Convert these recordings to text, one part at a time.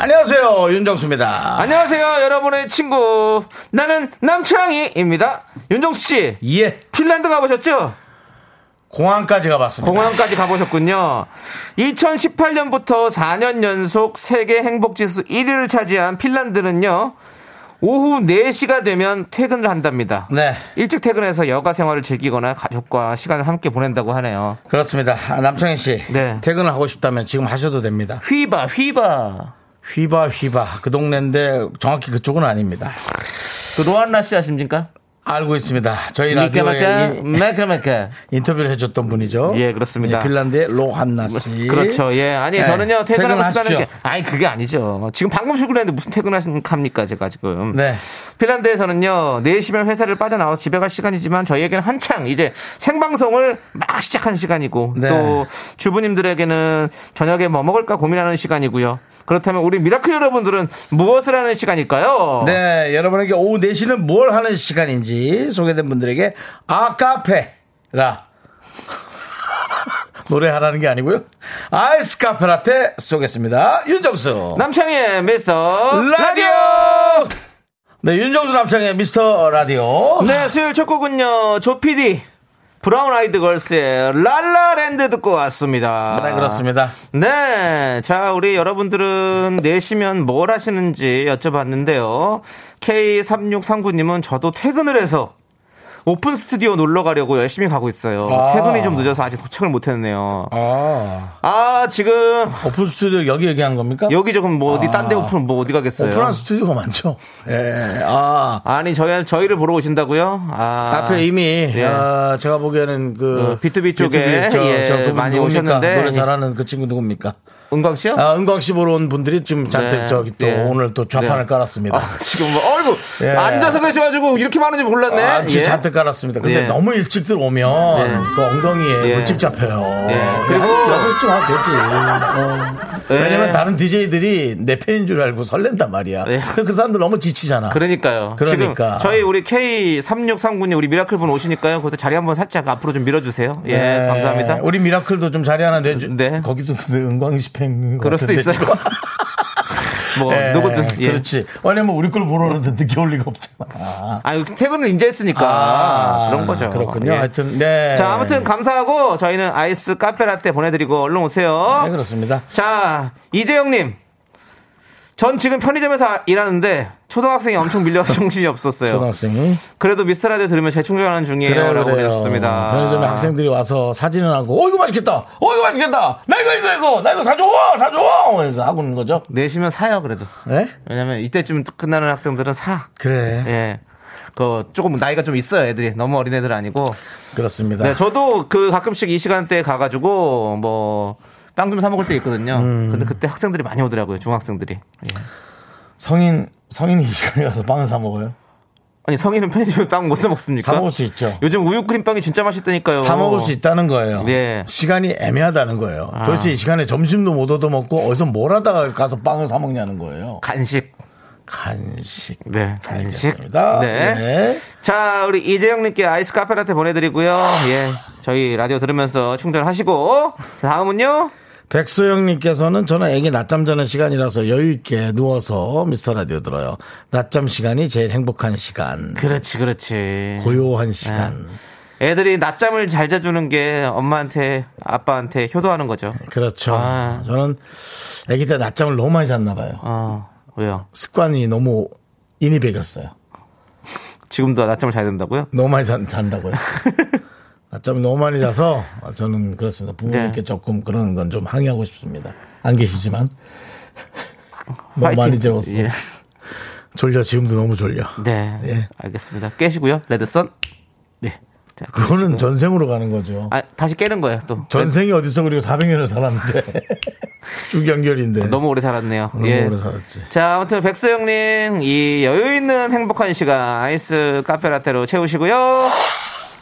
안녕하세요 윤정수입니다. 안녕하세요, 여러분의 친구. 나는 남창희입니다. 윤정수 씨, 예 핀란드 가보셨죠? 공항까지 가봤습니다. 공항까지 가보셨군요. 2018년부터 4년 연속 세계 행복지수 1위를 차지한 핀란드는요, 오후 4시가 되면 퇴근을 한답니다. 네 일찍 퇴근해서 여가 생활을 즐기거나 가족과 시간을 함께 보낸다고 하네요. 그렇습니다. 아, 남창희 씨 네. 퇴근을 하고 싶다면 지금 하셔도 됩니다. 휘바, 휘바. 휘바 휘바 그 동네인데 정확히 그쪽은 아닙니다. 그 로안나 씨 아십니까? 알고 있습니다. 저희 미카마카, 라디오에 인, 메카메카. 인터뷰를 해줬던 분이죠. 예, 그렇습니다. 핀란드의 로한나 씨. 그렇죠. 예. 아니, 네, 저는요, 퇴근하고 싶다는 퇴근하시죠. 게. 아니, 그게 아니죠. 지금 방금 출근했는데 무슨 퇴근하십니까, 제가 지금. 네. 핀란드에서는요, 4시면 회사를 빠져나와 서 집에 갈 시간이지만 저희에게는 한창 이제 생방송을 막 시작한 시간이고 네. 또 주부님들에게는 저녁에 뭐 먹을까 고민하는 시간이고요. 그렇다면 우리 미라클 여러분들은 무엇을 하는 시간일까요? 네, 여러분에게 오후 4시는 뭘 하는 시간인지 소개된 분들에게 아, 아카페라 노래하라는 게 아니고요. 아이스 카페라테 쏘겠습니다. 윤정수. 남창희의 미스터 라디오! 네, 윤정수 남창의 미스터 라디오. 네, 수요일 첫 곡은요, 조피디. 브라운 아이드 걸스의 랄라랜드 듣고 왔습니다. 네, 그렇습니다. 네. 자, 우리 여러분들은 4시면 뭘 하시는지 여쭤봤는데요. K3639님은 저도 퇴근을 해서 오픈 스튜디오 놀러 가려고 열심히 가고 있어요. 아. 퇴근이 좀 늦어서 아직 도착을 못 했네요. 아, 아, 지금 오픈 스튜디오 여기 얘기한 겁니까? 여기 조금 뭐 어디 딴 데 아. 오픈 뭐 어디 가겠어요? 오픈한 스튜디오가 많죠. 예, 아. 아니, 저희 저희를 보러 오신다고요? 아. 앞에 이미 예. 어, 제가 보기에는 그 그 B2B 쪽에, 저, 예, 저 그분 많이 누굽니까? 오셨는데. 노래 잘하는 그 친구 누굽니까? 은광 씨요? 아, 은광 씨 보러 온 분들이 지금 잔뜩 네, 저기 또 예. 오늘 또 좌판을 네. 깔았습니다. 아, 지금 뭐, 어이구, 예. 앉아서 계셔가지고 이렇게 많은지 몰랐네. 아, 지금 예. 잔뜩 깔았습니다. 근데 예. 너무 일찍 들어오면 네. 그 엉덩이에 예. 물집 잡혀요. 예. 그리고 그리고- 6시쯤 하면 되지. 어. 예. 왜냐면 다른 DJ들이 내 팬인 줄 알고 설렌단 말이야. 예. 근데 그 사람들 너무 지치잖아. 그러니까요. 그러니까. 지금 저희 우리 K3639님 우리 미라클 분 오시니까요. 그때 자리 한번 살짝 앞으로 좀 밀어주세요. 예, 네. 감사합니다. 우리 미라클도 좀 자리 하나 내주. 네. 거기도 근데 은광이 그렇죠. 집행. 그럴 수도 있어요. 뭐 누구든 예. 어, 그렇지. 왜냐면 우리 걸 보러 오는데 늦게 올 리가 없잖아. 아, 퇴근을 이제 했으니까 그런 거죠. 아, 그렇군요. 예. 하여튼 네. 자, 아무튼 감사하고 저희는 아이스 카페라떼 보내드리고 얼른 오세요. 네, 그렇습니다. 자, 이재영님. 전 지금 편의점에서 일하는데 초등학생이 엄청 밀려서 정신이 없었어요. 초등학생이 그래도 미스터라디오 들으면 재충전하는 중이에요. 라고 보내주셨습니다. 편의점에 학생들이 와서 사진을 하고, 어 이거 맛있겠다. 어 이거 맛있겠다. 나 이거 이거 이거 나 이거 사줘 사줘. 그래서 하고 있는 거죠. 내시면 사요, 그래도. 네? 왜냐면 이때쯤 끝나는 학생들은 사. 그래. 예. 그 조금 나이가 좀 있어요, 애들이. 너무 어린 애들 아니고. 그렇습니다. 네, 저도 그 가끔씩 이 시간대에 가가지고 뭐. 빵 좀 사 먹을 때 있거든요. 음. 근데 그때 학생들이 많이 오더라고요, 중학생들이. 예. 성인 성인이 이 시간에 가서 빵을 사 먹어요. 아니 성인은 편의점에 빵 못 사 먹습니까? 사 먹을 수 있죠. 요즘 우유 크림 빵이 진짜 맛있다니까요. 사 먹을 수 있다는 거예요. 어. 예. 아. 시간이 애매하다는 거예요. 도대체 이 시간에 점심도 못 얻어 먹고 어디서 뭘 하다가 가서 빵을 사 먹냐는 거예요. 간식. 간식. 네, 간식. 알겠습니다. 네. 네. 자, 우리 이재영님께 아이스 카페라테 보내드리고요. 예, 저희 라디오 들으면서 충전하시고 자, 다음은요. 백소영님께서는 저는 애기 낮잠 자는 시간이라서 여유 있게 누워서 미스터 라디오 들어요. 낮잠 시간이 제일 행복한 시간, 그렇지, 아. 그렇지. 고요한 시간. 애들이 낮잠을 잘 자주는 게 엄마한테 아빠한테 효도하는 거죠. 그렇죠. 아. 저는 애기 때 낮잠을 너무 많이 잤나 봐요. 어, 왜요? 습관이 너무 인이 배겼어요. 지금도 낮잠을 자야 된다고요? 너무 많이 잔, 잔다고요. 낮잠 너무 많이 자서 저는 그렇습니다. 부모님께 네. 조금 그런 건 좀 항의하고 싶습니다. 안 계시지만 너무 화이팅. 많이 재웠어. 예. 졸려 지금도 너무 졸려. 네, 예. 알겠습니다. 깨시고요, 레드썬. 네, 그거는 전생으로 가는 거죠. 아, 다시 깨는 거예요, 또. 전생이 어디서 그리고 400년을 살았는데. 주경결인데. 너무 오래 살았네요. 너무 예. 오래 살았지. 자, 아무튼 백서영님 이 여유 있는 행복한 시간 아이스 카페라떼로 채우시고요.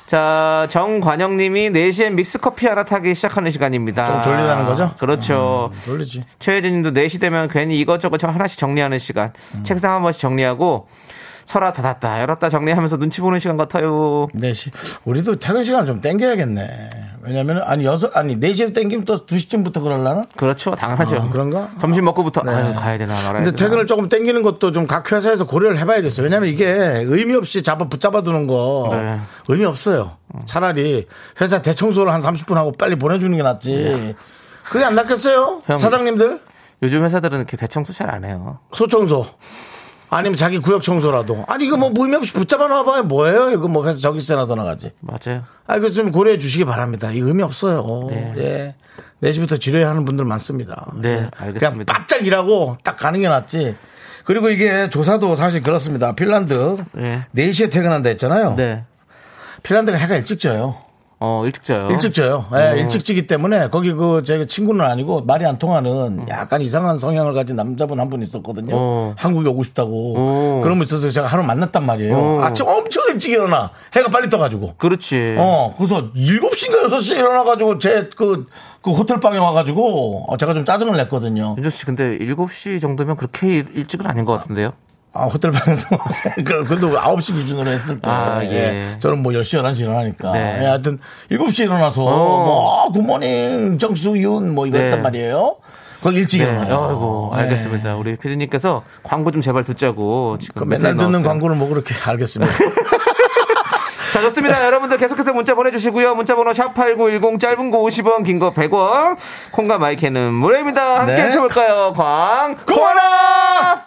자, 정관영님이 4시에 믹스커피 하나 타기 시작하는 시간입니다. 좀 졸리다는 거죠? 음. 그렇죠. 졸리지. 최혜진님도 4시 되면 괜히 이것저것 하나씩 정리하는 시간. 음. 책상 한 번씩 정리하고 서라 닫았다 열었다 정리하면서 눈치 보는 시간 같아요. 네, 4시. 우리도 퇴근 시간 좀 땡겨야겠네. 왜냐면, 아니, 여섯 아니, 4시에 땡기면 또 2시쯤부터 그럴라나? 그렇죠, 당연하죠. 어, 그런가? 네. 점심 먹고부터 아유 가야 되나 말아야 근데 되나. 퇴근을 조금 땡기는 것도 좀 각 회사에서 고려를 해봐야겠어요. 왜냐면 이게 의미 없이 잡아 붙잡아 두는 거 네. 의미 없어요. 차라리 회사 대청소를 한 30분 하고 빨리 보내주는 게 낫지. 그게 안 낫겠어요? 네. 형. 사장님들? 요즘 회사들은 이렇게 대청소 잘 안 해요. 소청소. 아니면 자기 구역 청소라도. 아니, 이거 뭐 의미 없이 붙잡아 놔봐야 뭐예요? 이거 뭐 회사 저기세나 떠나가지. 맞아요. 아, 이거 좀 고려해 주시기 바랍니다. 이 의미 없어요. 네. 예. 4시부터 지뢰야 하는 분들 많습니다. 네, 예. 그냥 알겠습니다. 바짝 일하고 딱 가는 게 낫지. 그리고 이게 조사도 사실 그렇습니다. 핀란드 네. 4시에 퇴근한다 했잖아요. 네. 핀란드가 해가 일찍 져요. 어 일찍 자요. 일찍 져요. 예, 일찍 지기 때문에 거기 그 제 친구는 아니고 말이 안 통하는 약간 이상한 성향을 가진 남자분 한 분 있었거든요. 음. 어. 한국에 오고 싶다고 어. 그런 분 있어서 제가 하루 만났단 말이에요. 어. 아침 엄청 일찍 일어나 해가 빨리 떠가지고. 그렇지. 어, 그래서 7시인가 6시에 일어나가지고 제 그, 그 호텔방에 와가지고 어, 제가 좀 짜증을 냈거든요. 윤정 씨 근데 7시 정도면 그렇게 일- 일찍은 아닌 것 같은데요. 아, 호텔방에서. 그, 그래도 9시 기준으로 했을 때. 아, 예. 예. 저는 뭐 10시, 11시 일어나니까. 네. 예, 하여튼 7시에 일어나서 뭐, 아, 굿모닝, 정수윤 뭐 이거 네. 했단 말이에요. 거기 일찍 네. 일어나요. 아이고 예. 알겠습니다. 우리 피디님께서 광고 좀 제발 듣자고 지금 그 맨날 듣는 나왔어요. 광고를 뭐 그렇게 알겠습니다. 자 좋습니다. 여러분들 계속해서 문자 보내주시고요. 문자번호 샵 #8910 짧은 거 50원, 긴 거 100원. 콩과 마이크는 무료입니다. 함께 네. 해쳐볼까요? 광 고마라.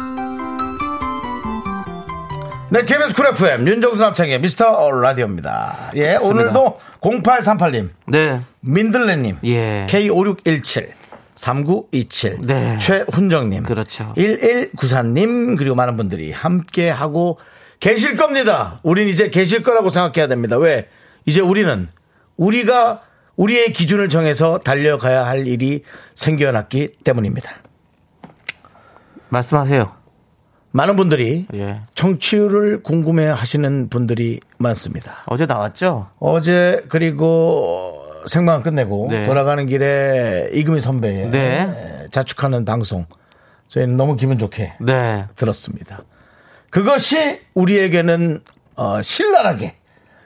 네, KBS 쿨 FM 윤정수 남창희의 미스터 라디오입니다. 예, 오늘도 0838님, 네. 민들레님, 예. K5617. 3927. 네. 최훈정님. 그렇죠. 1194님. 그리고 많은 분들이 함께 하고 계실 겁니다. 우린 이제 계실 거라고 생각해야 됩니다. 왜? 이제 우리는 우리가 우리의 기준을 정해서 달려가야 할 일이 생겨났기 때문입니다. 말씀하세요. 많은 분들이 예. 청취율을 궁금해 하시는 분들이 많습니다. 어제 나왔죠? 어제 그리고 생방 끝내고 네. 돌아가는 길에 이금희 선배의 네. 자축하는 방송 저희는 너무 기분 좋게 네. 들었습니다. 그것이 우리에게는 어, 신랄하게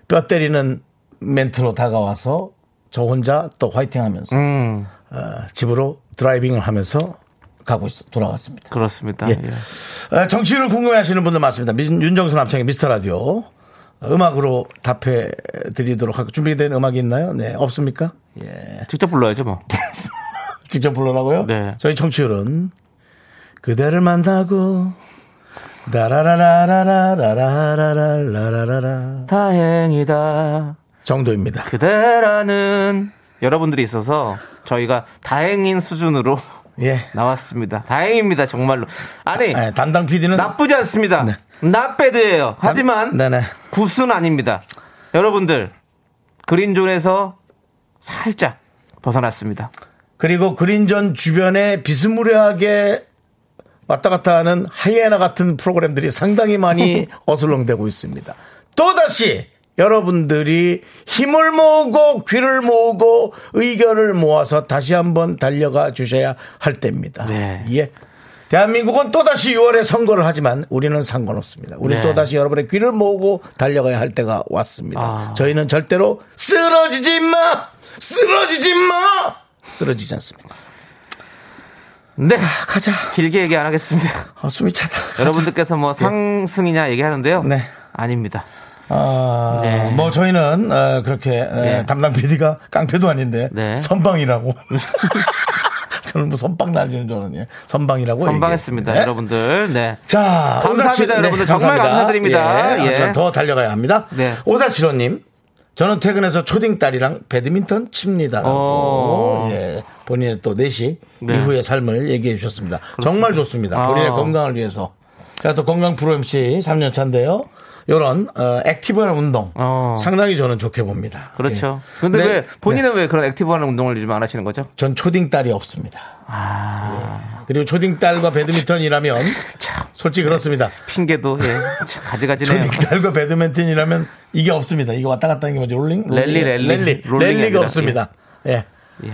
뼈 때리는 멘트로 다가와서 저 혼자 또 화이팅하면서 음, 어, 집으로 드라이빙을 하면서 가고 있, 돌아갔습니다. 그렇습니다. 예. 예. 어, 정치를 궁금해하시는 분들 많습니다. 민- 윤정수 남창의 미스터 라디오 어, 음악으로 답해 드리도록 하고 준비된 음악이 있나요? 네 없습니까? 예 직접 불러야죠, 뭐. 직접 불러라고요? 네. 저희 정치율은 그대를 만나고 다라라라라라라라라라라라 다행이다. 정도입니다. 그대라는 여러분들이 있어서 저희가 다행인 수준으로 예 나왔습니다. 다행입니다, 정말로. 아니, 예, 담당 PD는 나쁘지 않습니다. 나배드예요 하지만 네. 네네 구순 아닙니다. 여러분들 그린존에서 살짝 벗어났습니다. 그리고 그린전 주변에 비스무리하게 왔다 갔다 하는 하이에나 같은 프로그램들이 상당히 많이 어슬렁대고 있습니다. 또다시 여러분들이 힘을 모으고 귀를 모으고 의견을 모아서 다시 한번 달려가 주셔야 할 때입니다. 네. 예. 대한민국은 또다시 6월에 선거를 하지만 우리는 상관없습니다. 우리 네. 또다시 여러분의 귀를 모으고 달려가야 할 때가 왔습니다. 아. 저희는 절대로 쓰러지지 마! 쓰러지지 마! 쓰러지지 않습니다. 네, 가자. 길게 얘기 안 하겠습니다. 아, 숨이 차다. 가자. 여러분들께서 뭐 상승이냐 얘기하는데요. 네. 아닙니다. 아, 네. 뭐 저희는 어, 그렇게 어, 네. 담당 PD가 깡패도 아닌데 네. 선방이라고. 저는 뭐 선빵 날리는 줄 알았네. 선방이라고. 건방했습니다, 뭐 얘기했는데. 여러분들. 네. 자, 감사합니다, 오사칠- 네, 여러분들. 정말 감사드립니다. 예, 예. 하지만 더 달려가야 합니다. 네. 오사칠호님, 저는 퇴근해서 초딩 딸이랑 배드민턴 칩니다. 어. 예, 본인의 또 4시 네. 이후의 삶을 얘기해 주셨습니다. 정말 좋습니다. 본인의 아. 건강을 위해서. 제가 또 건강 프로 MC 3년 차인데요. 요런 어, 액티브한 운동 어. 상당히 저는 좋게 봅니다. 그렇죠. 예. 근데 네, 왜 본인은 왜 그런 액티브한 운동을 요즘 안 하시는 거죠? 전 초딩 딸이 없습니다. 아. 예. 그리고 초딩 딸과 배드민턴이라면 솔직히 그렇습니다. 핑계도 예. 참 가지가지네요. 조직 달과 배드민턴이라면 이게 없습니다. 이거 왔다 갔다 하는 게 뭐지? 롤링? 랠리, 랠리. 랠리. 롤링이 랠리가 아니라, 없습니다. 예. 예.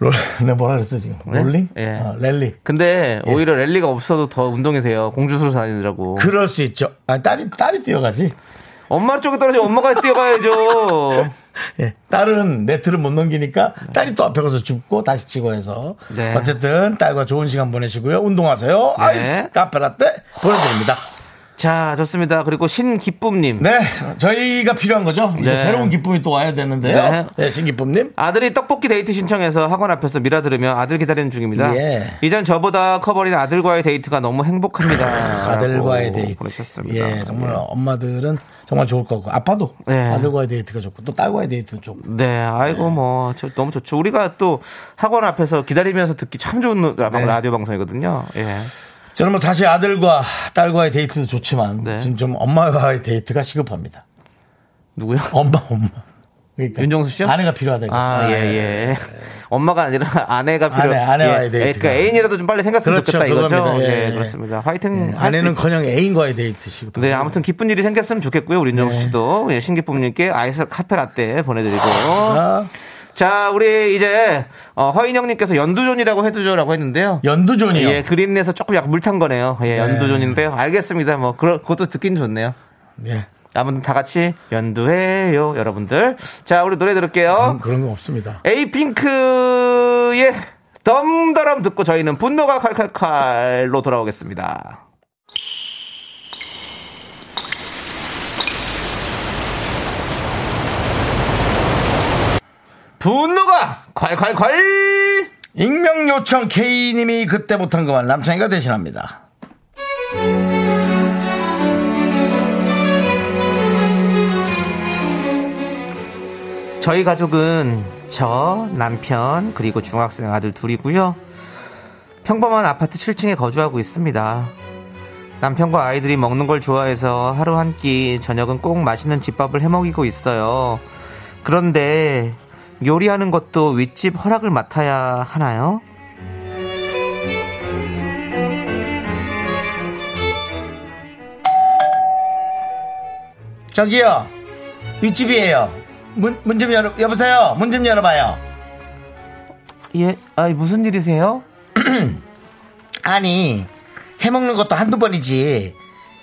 롤, 내가 뭐라 그랬어, 지금? 네? 롤링? 예. 어, 랠리. 근데 오히려 랠리가 없어도 더 운동이 돼요. 공주수로 다니느라고. 예. 그럴 수 있죠. 아, 딸이, 딸이 뛰어가지. 엄마 쪽에 떨어져 엄마가 뛰어가야죠. 예. 딸은 네트를 못 넘기니까 딸이 또 앞에 가서 줍고 다시 치고 해서. 네. 어쨌든 딸과 좋은 시간 보내시고요. 운동하세요. 네. 아이스 카페 라떼 보내드립니다. 자, 좋습니다. 그리고 신기쁨님. 네. 저희가 필요한 거죠. 이제 네. 새로운 기쁨이 또 와야 되는데요. 네. 예, 신기쁨님. 아들이 떡볶이 데이트 신청해서 학원 앞에서 미라 들으며 아들 기다리는 중입니다. 예. 이전 저보다 커버린 아들과의 데이트가 너무 행복합니다. 아들과의 라고 데이트. 보내셨습니다. 예, 정말 엄마들은 정말 좋을 거고 아빠도 예. 아들과의 데이트가 좋고 또 딸과의 데이트도 좋고. 네, 아이고 뭐 저- 너무 좋죠. 우리가 또 학원 앞에서 기다리면서 듣기 참 좋은 아, 라- 네. 라디오 방송이거든요. 예, 저는 뭐 사실 아들과 딸과의 데이트도 좋지만 네. 지금 좀 엄마와의 데이트가 시급합니다. 누구요? 엄마 엄마. 그러니까 윤정수 씨요? 아내가 필요하다니까. 아, 예, 예. 엄마가 아니라 아내가 아내, 필요. 아내와의 예. 데이트가. 그러니까 애인이라도 좀 빨리 생겼으면 그렇죠, 좋겠다 이거죠. 그겁니다. 예, 예, 예. 그렇습니다. 화이팅. 할수 있- 아내는커녕 그- 애인과의 데이트 시급. 네, 아무튼 기쁜 일이 생겼으면 좋겠고요. 우리 네. 윤정수 씨도 예, 신기쁨님께 아이스 카페 라떼 보내드리고. 아, 자, 우리 이제 어, 허인영님께서 연두존이라고 해두죠라고 했는데요. 연두존이요. 예, 그린에서 조금 약간 물탄 거네요. 예, 연두존인데요. 알겠습니다. 뭐, 그러, 그것도 듣긴 좋네요. 예. 아무튼 다 같이 연두해요, 여러분들. 자, 우리 노래 들을게요. 그런- 그런 건 없습니다. 에이핑크의 덤더럼 듣고 저희는 분노가 칼칼칼로 돌아오겠습니다. 분노가 콸콸콸! 익명 요청 K님이 그때 못한 그만 남창이가 대신합니다. 저희 가족은 저 남편 그리고 중학생 아들 둘이고요. 평범한 아파트 7층에 거주하고 있습니다. 남편과 아이들이 먹는 걸 좋아해서 하루 한 끼 저녁은 꼭 맛있는 집밥을 해 먹이고 있어요. 그런데 요리하는 것도 윗집 허락을 맡아야 하나요? 저기요 윗집이에요 문 문 좀 열어 여보세요 문 좀 열어봐요 예, 아 무슨 일이세요? 아니 해먹는 것도 한두 번이지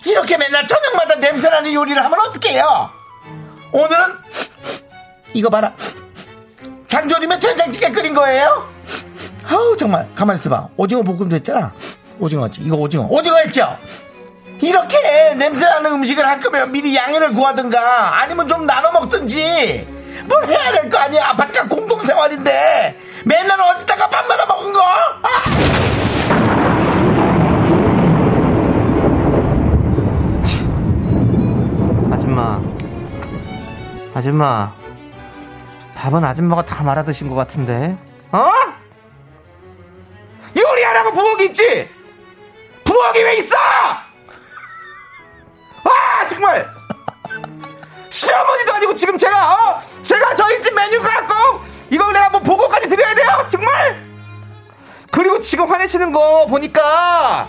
이렇게 맨날 저녁마다 냄새나는 요리를 하면 어떡해요 오늘은 이거 봐라 장조림에 된장찌개 끓인 거예요 아우 정말 가만히 있어봐 오징어 볶음도 했잖아 오징어지 이거 오징어 오징어 했죠 이렇게 냄새나는 음식을 할 거면 미리 양해를 구하든가 아니면 좀 나눠 먹든지 뭘 해야 될 거 아니야 아파트가 공동생활인데 맨날 어디다가 밥 말아 먹은 거 아! 아줌마. 아줌마. 밥은 아줌마가 다 말아 드신 것 같은데. 어? 요리하라고 부엌이 있지! 부엌이 왜 있어! 아, 정말! 시어머니도 아니고 지금 제가, 어? 제가 저희 집 메뉴 갖고, 이걸 내가 뭐 보고까지 드려야 돼요? 정말! 그리고 지금 화내시는 거 보니까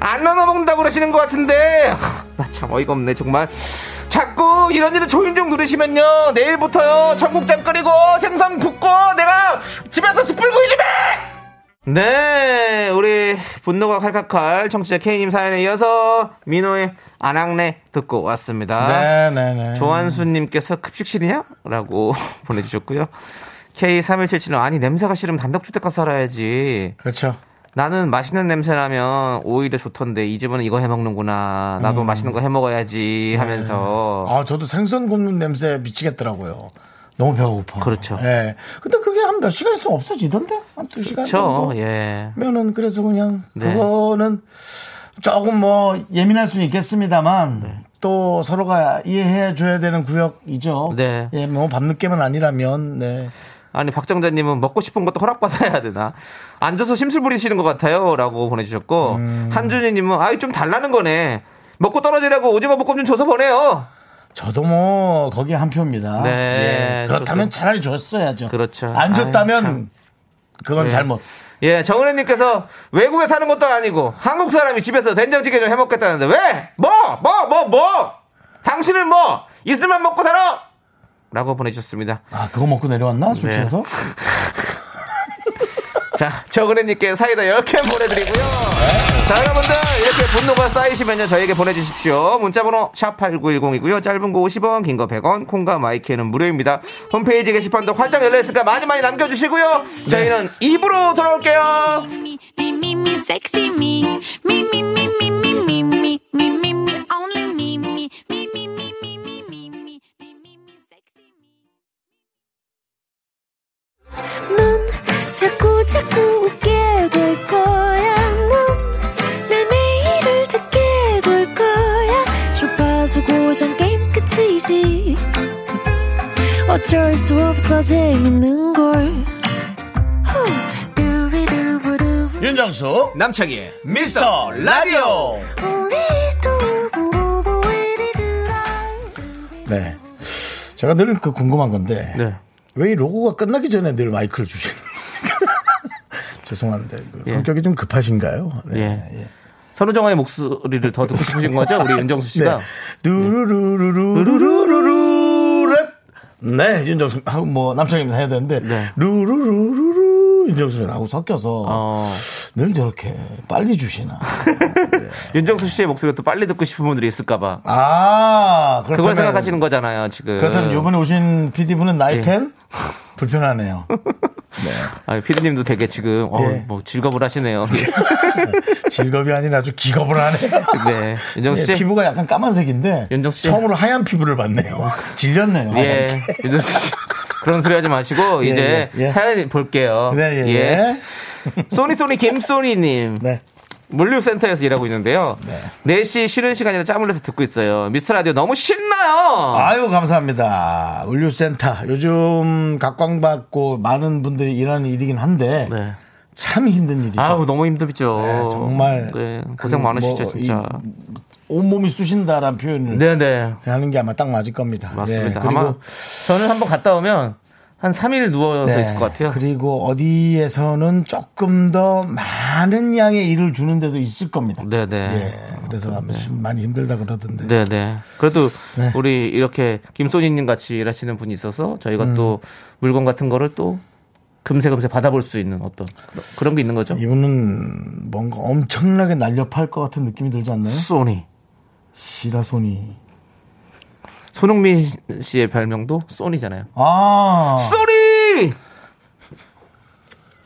안 나눠 먹는다고 그러시는 것 같은데 나 참 어이가 없네 정말 자꾸 이런 일을 조인종 누르시면요 내일부터요 청국장 끓이고 생선 굽고 내가 집에서 숯불구이 집에 네 우리 분노가 칼칼칼 청취자 K님 사연에 이어서 민호의 안악내 듣고 왔습니다 네네네. 조한수님께서 급식실이냐? 라고 보내주셨고요. K3177는 아니 냄새가 싫으면 단독주택가 살아야지. 그렇죠. 나는 맛있는 냄새라면 오히려 좋던데 이 집은 이거 해 먹는구나. 나도 맛있는 거 해 먹어야지 하면서 음. 네. 아, 저도 생선 굽는 냄새 미치겠더라고요. 너무 배고파. 그렇죠. 예. 근데 그게 한 몇 시간 있으면 없어지던데? 한 두 시간 그렇죠. 정도? 예. 면은 그래서 그냥 네. 그거는 조금 뭐 예민할 수는 있겠습니다만 네. 또 서로가 이해해 줘야 되는 구역이죠. 네. 예, 뭐 밤늦게만 아니라면 네. 아니 박정자님은 먹고 싶은 것도 허락받아야 되나 앉아서 심술 부리시는 것 같아요라고 보내주셨고 음. 한준희님은 아이 좀 달라는 거네 먹고 떨어지라고 오징어 볶음 좀 줘서 보내요 저도 뭐 거기 한 표입니다. 네, 예. 그렇다면 저도. 차라리 줬어야죠. 그렇죠. 안 줬다면 아유, 참. 그건 네. 잘못. 예 정은혜님께서 외국에 사는 것도 아니고 한국 사람이 집에서 된장찌개 좀 해먹겠다는데 왜뭐뭐 뭐 뭐 당신은 뭐 있으면 먹고 살아 라고 보내주셨습니다 아, 그거 먹고 내려왔나? 술 네. 취해서? 자, 정은혜님께 사이다 10개 보내드리고요. 자, 여러분들, 이렇게 분노가 쌓이시면요, 저에게 보내주십시오. 문자번호 샵8910이고요. 짧은 거 50원, 긴 거 100원, 콩과 마이크는 무료입니다. 홈페이지 게시판도 활짝 열려있으니까 많이 많이 남겨주시고요. 네. 저희는 입으로 돌아올게요. me, me, me, me, sexy me. Me, me, me, me, me, me, me, me, me, me, only me, me, me, me, me, me, me, me, me, me, me, me, sexy me. 넌 자꾸 자꾸 웃게 될 거야. 넌내 매일을 듣게 될 거야. 주파수 고정 게임 끝이지. 어쩔 수 없어 재밌는 걸. 후. 두비두부두. 윤정수 남창희의 미스터 라디오. 우리 두부부부 우리 두라. 네. 제가 늘 그 궁금한 건데 네. 왜 이 로고가 끝나기 전에 늘 마이크를 주시는? 죄송한데 그 성격이 좀 급하신가요? 네. 예. 선우정아의 목소리를 더 듣고 싶으신 거죠? 우리 윤정수 씨가. 네. 루루루루루루루렛. 네, 윤정수 하고 뭐 남창이면 해야 되는데 네. 루루루루루 윤정수 하고 섞여서 어, 늘 저렇게 빨리 주시나. 윤정수 씨의 목소리를 또 빨리 듣고 싶은 분들이 있을까봐. 아, 그렇다면 그걸 생각하시는 거잖아요, 지금. 그렇다면 요번에 오신 PD분은 나이 예. 10 불편하네요. 아, 피디님도 되게 지금, 어, 예. 뭐, 즐겁을 하시네요. 즐겁이 아니라 아주 기겁을 하네요. 네. 윤정수 씨. 예, 피부가 약간 까만색인데 윤정수 씨. 처음으로 하얀 피부를 봤네요. 질렸네요. 예. 윤정수 씨. 그런 소리 하지 마시고, 예, 이제 예, 예. 사연 볼게요. 네, 예, 예. 소니소니 김소니님. 네. 물류센터에서 일하고 있는데요. 네. 4시 쉬는 시간이라 짬을 내서 듣고 있어요. 미스터 라디오 너무 신나요! 아유 감사합니다. 물류센터 요즘 각광받고 많은 분들이 일하는 일이긴 한데 네. 참 힘든 일이죠. 아우, 너무 힘들죠. 네, 정말 네, 그 고생 많으시죠, 뭐 진짜. 이 온몸이 쑤신다라는 표현을 네네. 하는 게 아마 딱 맞을 겁니다. 맞습니다. 예, 그리고 아마 저는 한번 갔다 오면 한 3일 누워서 네, 있을 것 같아요. 그리고 어디에서는 조금 더 많은 양의 일을 주는 데도 있을 겁니다. 네네. 예, 그래서 아마 심- 많이 힘들다 그러던데. 네네. 그래도 네. 우리 이렇게 김소희님 같이 일하시는 분이 있어서 저희가 음. 또 물건 같은 거를 또 금세금세 받아볼 수 있는 어떤 그런 게 있는 거죠. 이분은 뭔가 엄청나게 날렵할 것 같은 느낌이 들지 않나요? 소니. 시라소니. 손흥민 씨의 별명도 소니잖아요. 아, 소니!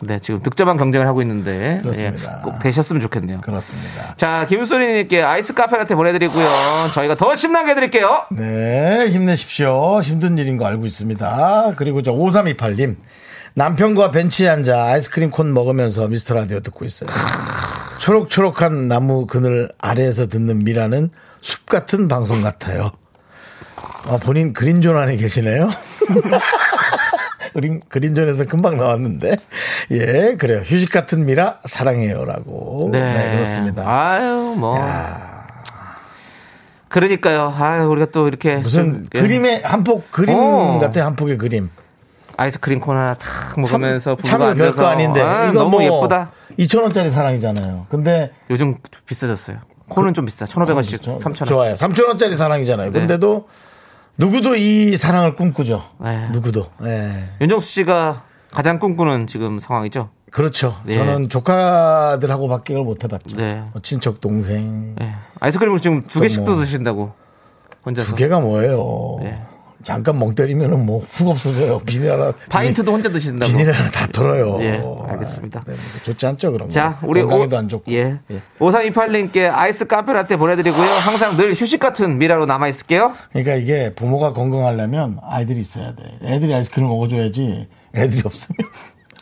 네, 지금 득점한 경쟁을 하고 있는데 예, 그렇습니다. 꼭 되셨으면 좋겠네요. 그렇습니다. 자, 김소리님께 아이스 카페라테 보내드리고요. 저희가 더 신나게 해드릴게요. 네, 힘내십시오. 힘든 일인 거 알고 있습니다. 그리고 저 5328님. 남편과 벤치에 앉아 아이스크림 콘 먹으면서 미스터 라디오 듣고 있어요. 초록초록한 나무 그늘 아래에서 듣는 미라는 숲 같은 방송 같아요. 아, 본인 그린존 안에 계시네요. 그린, 그린존에서 금방 나왔는데. 예, 그래요. 휴식 같은 미라 사랑해요라고. 네, 그렇습니다. 네. 아유, 뭐. 야, 그러니까요. 그러니까요. 아, 우리가 또 이렇게 무슨 좀, 예, 그림의 한폭 그림 어. 같아 한폭의 그림. 아이스크림 콘 하나 탁 먹으면서 부부가 참 별거 앉아서, 아닌데 아, 이거 너무 뭐 예쁘다. 2천 원짜리 사랑이잖아요. 근데 요즘 비싸졌어요. 콘은 좀 비싸. 1,500원씩 저- 3,000원. 좋아요. 3천 원짜리 사랑이잖아요. 네. 근데도 누구도 이 사랑을 꿈꾸죠. 네. 누구도. 예. 윤정수 씨가 가장 꿈꾸는 지금 상황이죠. 그렇죠. 네. 저는 조카들하고 밖에를 못 해봤죠. 네. 뭐 친척 동생 예. 아이스크림을 지금 두 개씩도 뭐. 드신다고. 혼자서. 두 개가 뭐예요? 네. 잠깐 멍 때리면은 뭐훅 없어져요. 비닐 하나. 파인트도 혼자 드신다고. 비닐 하나 다 털어요. 예, 알겠습니다. 네, 뭐 좋지 않죠, 그럼. 자, 우리 건강에도 안 좋고. 예. 5328님께 아이스 카페라떼 보내드리고요. 항상 늘 휴식 같은 미라로 남아있을게요. 그러니까 이게 부모가 건강하려면 아이들이 있어야 돼. 애들이 아이스크림 먹어줘야지 애들이 없으면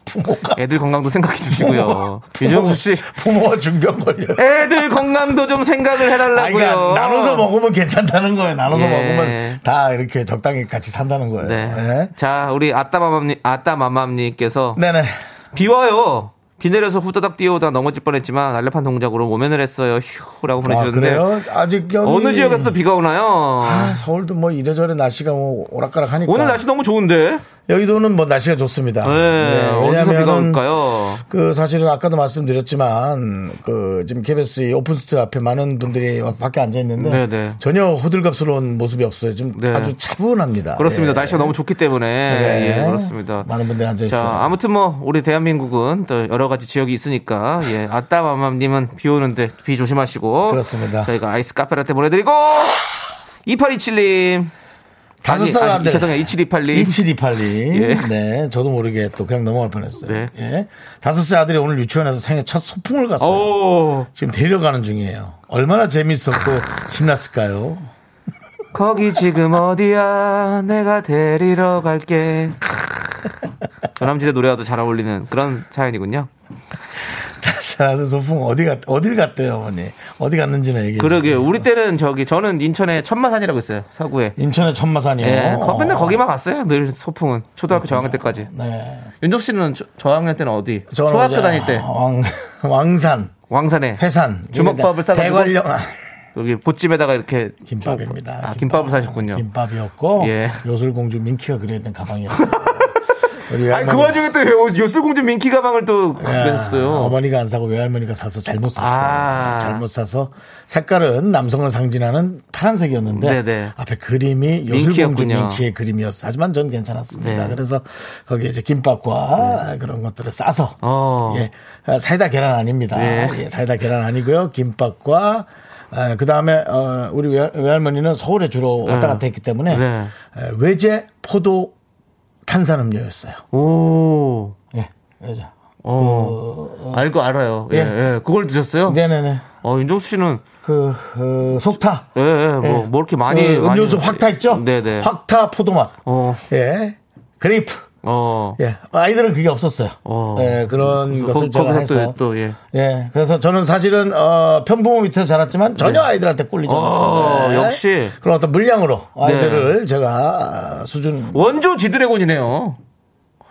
부모가. 애들 건강도 생각해 주시고요. 부모가- 윤정수 씨. 부모가 중병 걸려요. 애들 건강도 좀 생각을 아니, 해달라고요. 그러니까 나눠서 먹으면 괜찮다는 거예요. 나눠서 예. 먹으면 다 이렇게 적당히 같이 산다는 거예요. 네. 네. 자, 우리 아따마맘님, 아따마맘님께서 네네. 비 와요. 비 내려서 후다닥 뛰어오다 넘어질 뻔했지만 날렵한 동작으로 모면을 했어요. 휴라고 아, 보내주셨는데 그래요? 아직 여기 어느 지역에서 또 비가 오나요? 아, 서울도 뭐 이래저래 날씨가 뭐 오락가락 하니까 오늘 날씨 너무 좋은데. 여의도는 뭐 날씨가 좋습니다. 네, 어디서 비가 왜냐면은 올까요? 그 사실은 아까도 말씀드렸지만 그 지금 KBS 이 오픈 스튜디오 앞에 많은 분들이 밖에 앉아 있는데 네, 네. 전혀 호들갑스러운 모습이 없어요. 지금 네. 아주 차분합니다. 그렇습니다. 예. 날씨가 너무 좋기 때문에 네. 예, 그렇습니다. 많은 분들이 앉아 있어요. 자, 아무튼 뭐 우리 대한민국은 또 여러 가지 지역이 있으니까 예, 아따맘맘님은 비 오는데 비 조심하시고 그렇습니다. 저희가 아이스 카페라떼 보내드리고 2827님 다섯 아니, 살 아니, 안 돼. 죄송해요. 2728님. 2728님. 예. 네. 저도 모르게 또 그냥 넘어갈 뻔했어요. 네. 예. 다섯 살 아들이 오늘 유치원에서 생애 첫 소풍을 갔어요. 오 지금 데려가는 중이에요. 얼마나 재밌었고 신났을까요? 거기 지금 어디야 내가 데리러 갈게 전남진의 노래와도 잘 어울리는 그런 사연이군요 사라드 소풍 어디 갔, 어딜 갔대요, 어머니? 어디 갔는지는 얘기해 그러게 주세요. 우리 때는 저기 저는 인천에 천마산이라고 있어요 사구에 인천의 천마산이요. 예, 거- 맨날 어. 거기만 갔어요 늘 소풍은 초등학교 저학년 때까지 네. 윤종 씨는 저, 저학년 때는 어디 저는 초등학교 어제 아. 다닐 때 왕, 왕산, 왕산에 회산. 주먹밥을 싸가지고 대관령. 아, 여기 보찜에다가 이렇게 김밥입니다. 아, 김밥을 사셨군요 김밥이었고. 예. 요술공주 민키가 그려있던 가방이었어요. 우리 아니 외할머니- 그 와중에 또 요술공주 민키 가방을 또 갖고 예, 계셨어요 어머니가 안 사고 외할머니가 사서 잘못 샀어요. 아. 잘못 사서 색깔은 남성을 상징하는 파란색이었는데 네네. 앞에 그림이 요술공주 민키였군요. 민키의 그림이었어. 하지만 전 괜찮았습니다. 네. 그래서 거기에 이제 김밥과 그런 것들을 싸서 어. 예, 아, 사이다 계란 아닙니다. 예. 예, 사이다 계란 아니고요. 김밥과 그 다음에 우리 외- 외할머니는 서울에 주로 왔다 갔다 했기 때문에 네. 에, 외제 포도 탄산음료였어요. 오 예, 외제. 어, 알고 알아요. 예, 예. 예. 그걸 드셨어요? 네네네. 어, 윤정수 씨는 그, 어, 속타. 예, 예, 뭐, 예. 뭐 이렇게 많이 그 음료수 많이- 확타 있죠? 네네. 확타 포도맛. 어, 예. 그레이프. 어, 예. 아이들은 그게 없었어요. 어. 예, 그런 거- 것을 제가 거기서 또- 해서. 또, 예. 그래서 저는 사실은, 어, 편부모 밑에서 자랐지만 전혀 아이들한테 꿀리지 않았어요. 네. 어, 예. 역시. 네. 그런 어떤 물량으로 아이들을 제가 아, 수준. 원조 지드래곤이네요.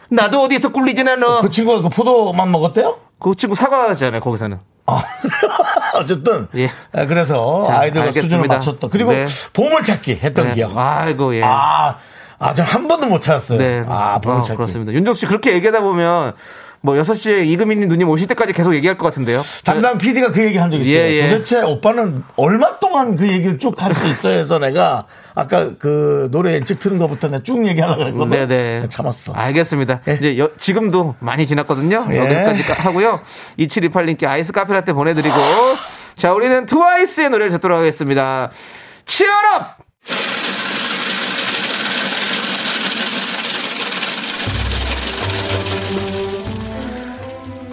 나도 어디서 꿀리진 않아. 그 그, 친구가 그 포도만 먹었대요? 친구 사과잖아요, 거기서는. 아, 어쨌든. 예. 예, 그래서 자, 아이들과 수준을 알겠습니다. 맞췄던. 그리고 네. 보물찾기 했던 기억. 아이고, 예. 아, 아, 저 한 번도 못 찾았어요. 네. 아, 어, 보물찾기. 그렇습니다. 윤정수 씨 그렇게 얘기하다 보면 뭐 6시에 이금희님 누님 오실 때까지 계속 얘기할 것 같은데요. 담당 PD가 그 얘기 한 적 있어요. 예, 예. 도대체 오빠는 얼마 동안 그 얘기를 쭉 할 수 있어야 해서 내가 아까 그 노래 일찍 트는 것부터 내가 쭉 얘기하려고 그랬거든. 네네. 아. 참았어. 알겠습니다. 예. 이제 여- 지금도 많이 지났거든요. 예. 여기까지 까- 하고요. 2728님께 아이스 카페라떼 보내드리고. 자, 우리는 트와이스의 노래를 듣도록 하겠습니다. 치얼업!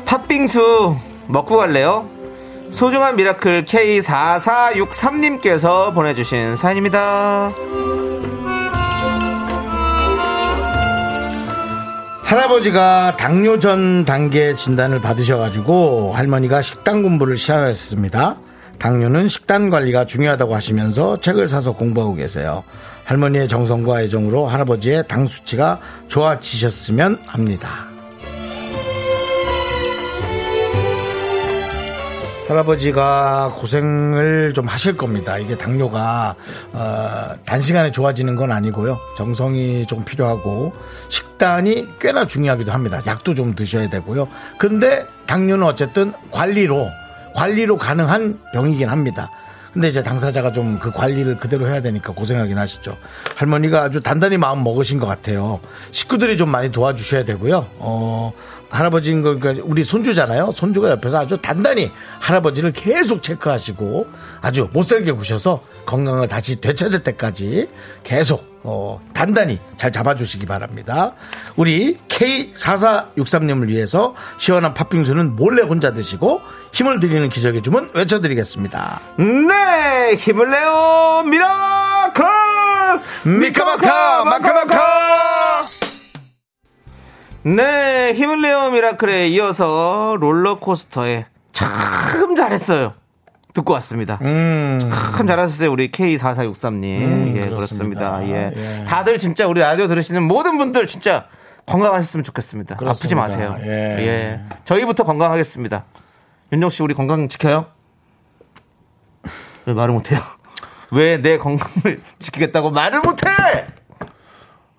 팥빙수 먹고 갈래요? 소중한 미라클 K4463님께서 보내주신 사연입니다. 할아버지가 당뇨 전 단계 진단을 받으셔가지고 할머니가 식단 공부를 시작했습니다. 당뇨는 식단 관리가 중요하다고 하시면서 책을 사서 공부하고 계세요. 할머니의 정성과 애정으로 할아버지의 당 수치가 좋아지셨으면 합니다. 할아버지가 고생을 좀 하실 겁니다. 이게 당뇨가 어, 단시간에 좋아지는 건 아니고요. 정성이 좀 필요하고 식단이 꽤나 중요하기도 합니다. 약도 좀 드셔야 되고요. 근데 당뇨는 어쨌든 관리로 관리로 가능한 병이긴 합니다. 근데 이제 당사자가 좀 그 관리를 그대로 해야 되니까 고생하긴 하시죠. 할머니가 아주 단단히 마음 먹으신 것 같아요. 식구들이 좀 많이 도와주셔야 되고요. 어, 할아버지인 거, 그러니까 우리 손주잖아요. 손주가 옆에서 아주 단단히 할아버지를 계속 체크하시고 아주 못살게 구셔서 건강을 다시 되찾을 때까지 계속 어, 단단히 잘 잡아주시기 바랍니다. 우리 K4463님을 위해서 시원한 팥빙수는 몰래 혼자 드시고 힘을 드리는 기적의 주문 외쳐드리겠습니다. 네 힘을 내요 미라클 미카마카 마카마카 네 힘을 내요 미라클에 이어서 롤러코스터에 참 잘했어요 듣고 음. 왔습니다 참 잘하셨어요 우리 K4463님 예 음, 그렇습니다. 그렇습니다, 예. 예. 다들 진짜 우리 라디오 들으시는 모든 분들 진짜 건강하셨으면 좋겠습니다 아프지 그렇습니다. 마세요 예. 예 저희부터 건강하겠습니다 윤정 씨 우리 건강 지켜요 왜 말을 못해요? 왜 내 건강을 지키겠다고 말을 못해?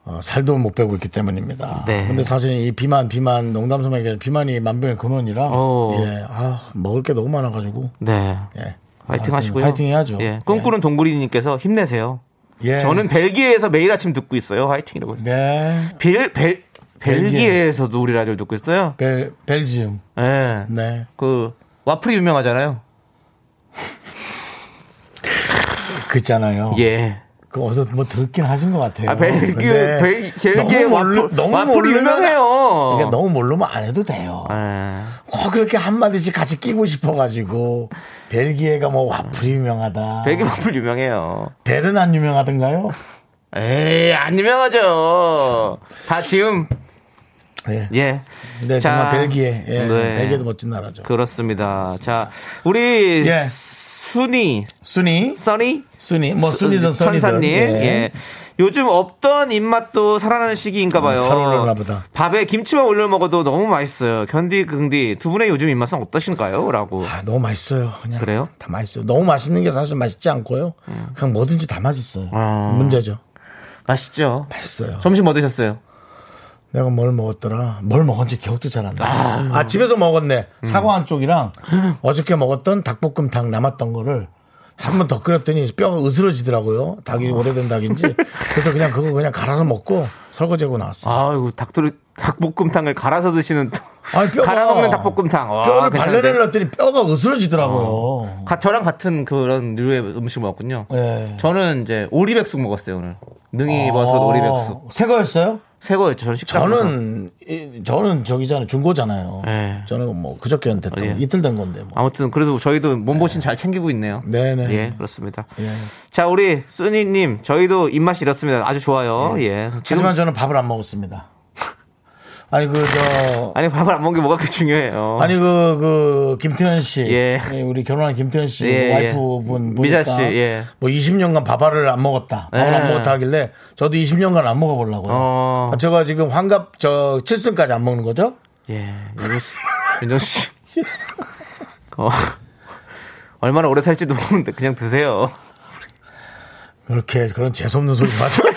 어, 살도 못 빼고 있기 때문입니다. 네. 근데 사실 이 비만, 비만, 농담스럽게 비만이 만병의 근원이라, 어. 예, 아, 먹을 게 너무 많아가지고, 네. 예. 화이팅 하시고요. 화이팅 해야죠. 예. 꿈꾸는 동구리님께서 힘내세요. 예. 저는 벨기에에서 매일 아침 듣고 있어요. 화이팅 이러고 있어요. 네. 벨, 벨, 벨기에에서도 우리 라디오 듣고 있어요. 벨, 벨지움. 예. 네. 그, 와플이 유명하잖아요. 그 있잖아요. 예. 그 어디서 뭐 듣긴 하신 것 같아요. 아, 벨기에, 근데 벨- 벨기에 너무 와플- 모르- 너무 와플 모르면- 유명해요. 그러니까 너무 모르면 안 해도 돼요. 예. 꼭 어, 그렇게 한마디씩 같이 끼고 싶어가지고, 벨기에가 뭐 와플이 유명하다. 벨기에 와플 유명해요. 벨은 안 유명하던가요? 에이, 안 유명하죠. 다 지음. 예. 예. 네, 자, 정말 벨기에. 예. 네. 벨기에도 멋진 나라죠. 그렇습니다. 자, 우리 예. 순이, 순이, 써니, 순이, 뭐 순이든 써니든. 천사님. 예. 요즘 없던 입맛도 살아나는 시기인가 봐요. 음, 잘 어울리나 보다. 밥에 김치만 올려 먹어도 너무 맛있어요. 견디 긍디 두 분의 요즘 입맛은 어떠신가요? 라고. 아, 너무 맛있어요. 그냥 그래요? 예. 다 맛있어요. 너무 맛있는 게 사실 맛있지 않고요. 그냥 뭐든지 다 맛있어요. 아. 문제죠. 맛있죠? 맛있어요. 점심 뭐 드셨어요? 내가 뭘 먹었더라? 뭘 먹었는지 기억도 잘 안 나. 아, 아 집에서 먹었네. 사과 한 쪽이랑 어저께 먹었던 닭볶음탕 남았던 거를 한 번 더 끓였더니 뼈가 으스러지더라고요. 아. 닭이 오래된 닭인지. 그래서 그냥 그거 그냥 갈아서 먹고 설거지하고 나왔어요. 아이고, 닭도리, 닭볶음탕을 갈아서 드시는. 아니, 뼈가- 갈아 먹는 닭볶음탕. 와, 뼈를 괜찮은데? 발라내려 했더니 뼈가 으스러지더라고요. 가- 저랑 같은 그런 류의 음식 먹었군요. 예. 저는 이제 오리백숙 먹었어요 오늘. 아. 능이 버섯 오리백숙. 어, 새 거였어요? 새 거였죠. 저는 식당. 가서. 아. 저는 이- 저는 저기잖아요 중고잖아요. 예. 저는 뭐 그저께한테 또 예. 이틀 된 건데 뭐. 아무튼 그래도 저희도 몸보신 잘 챙기고 있네요. 네네. 예, 그렇습니다. 예. 자, 우리 순이님, 저희도 입맛이 이렇습니다. 아주 좋아요. 예. 지금 네. 하지만 저는 밥을 안 먹었습니다. 아니 그저 아니 밥을 안 먹는 게 뭐가 그렇게 중요해요. 아니 그 그 김태현 씨, 예. 예, 우리 결혼한 김태현 씨 예, 와이프분 예. 보니까 미자 씨, 예. 뭐 20년간 밥알을 안 먹었다, 밥을 예. 안 먹었다 하길래 저도 20년간 안 먹어보려고요. 어. 아, 제가 지금 환갑 저 7승까지 안 먹는 거죠? 예, 윤정 씨, 윤정 씨. 어, 얼마나 오래 살지도 모르는데 그냥 드세요. 그렇게 그런 재수없는 소리 맞아.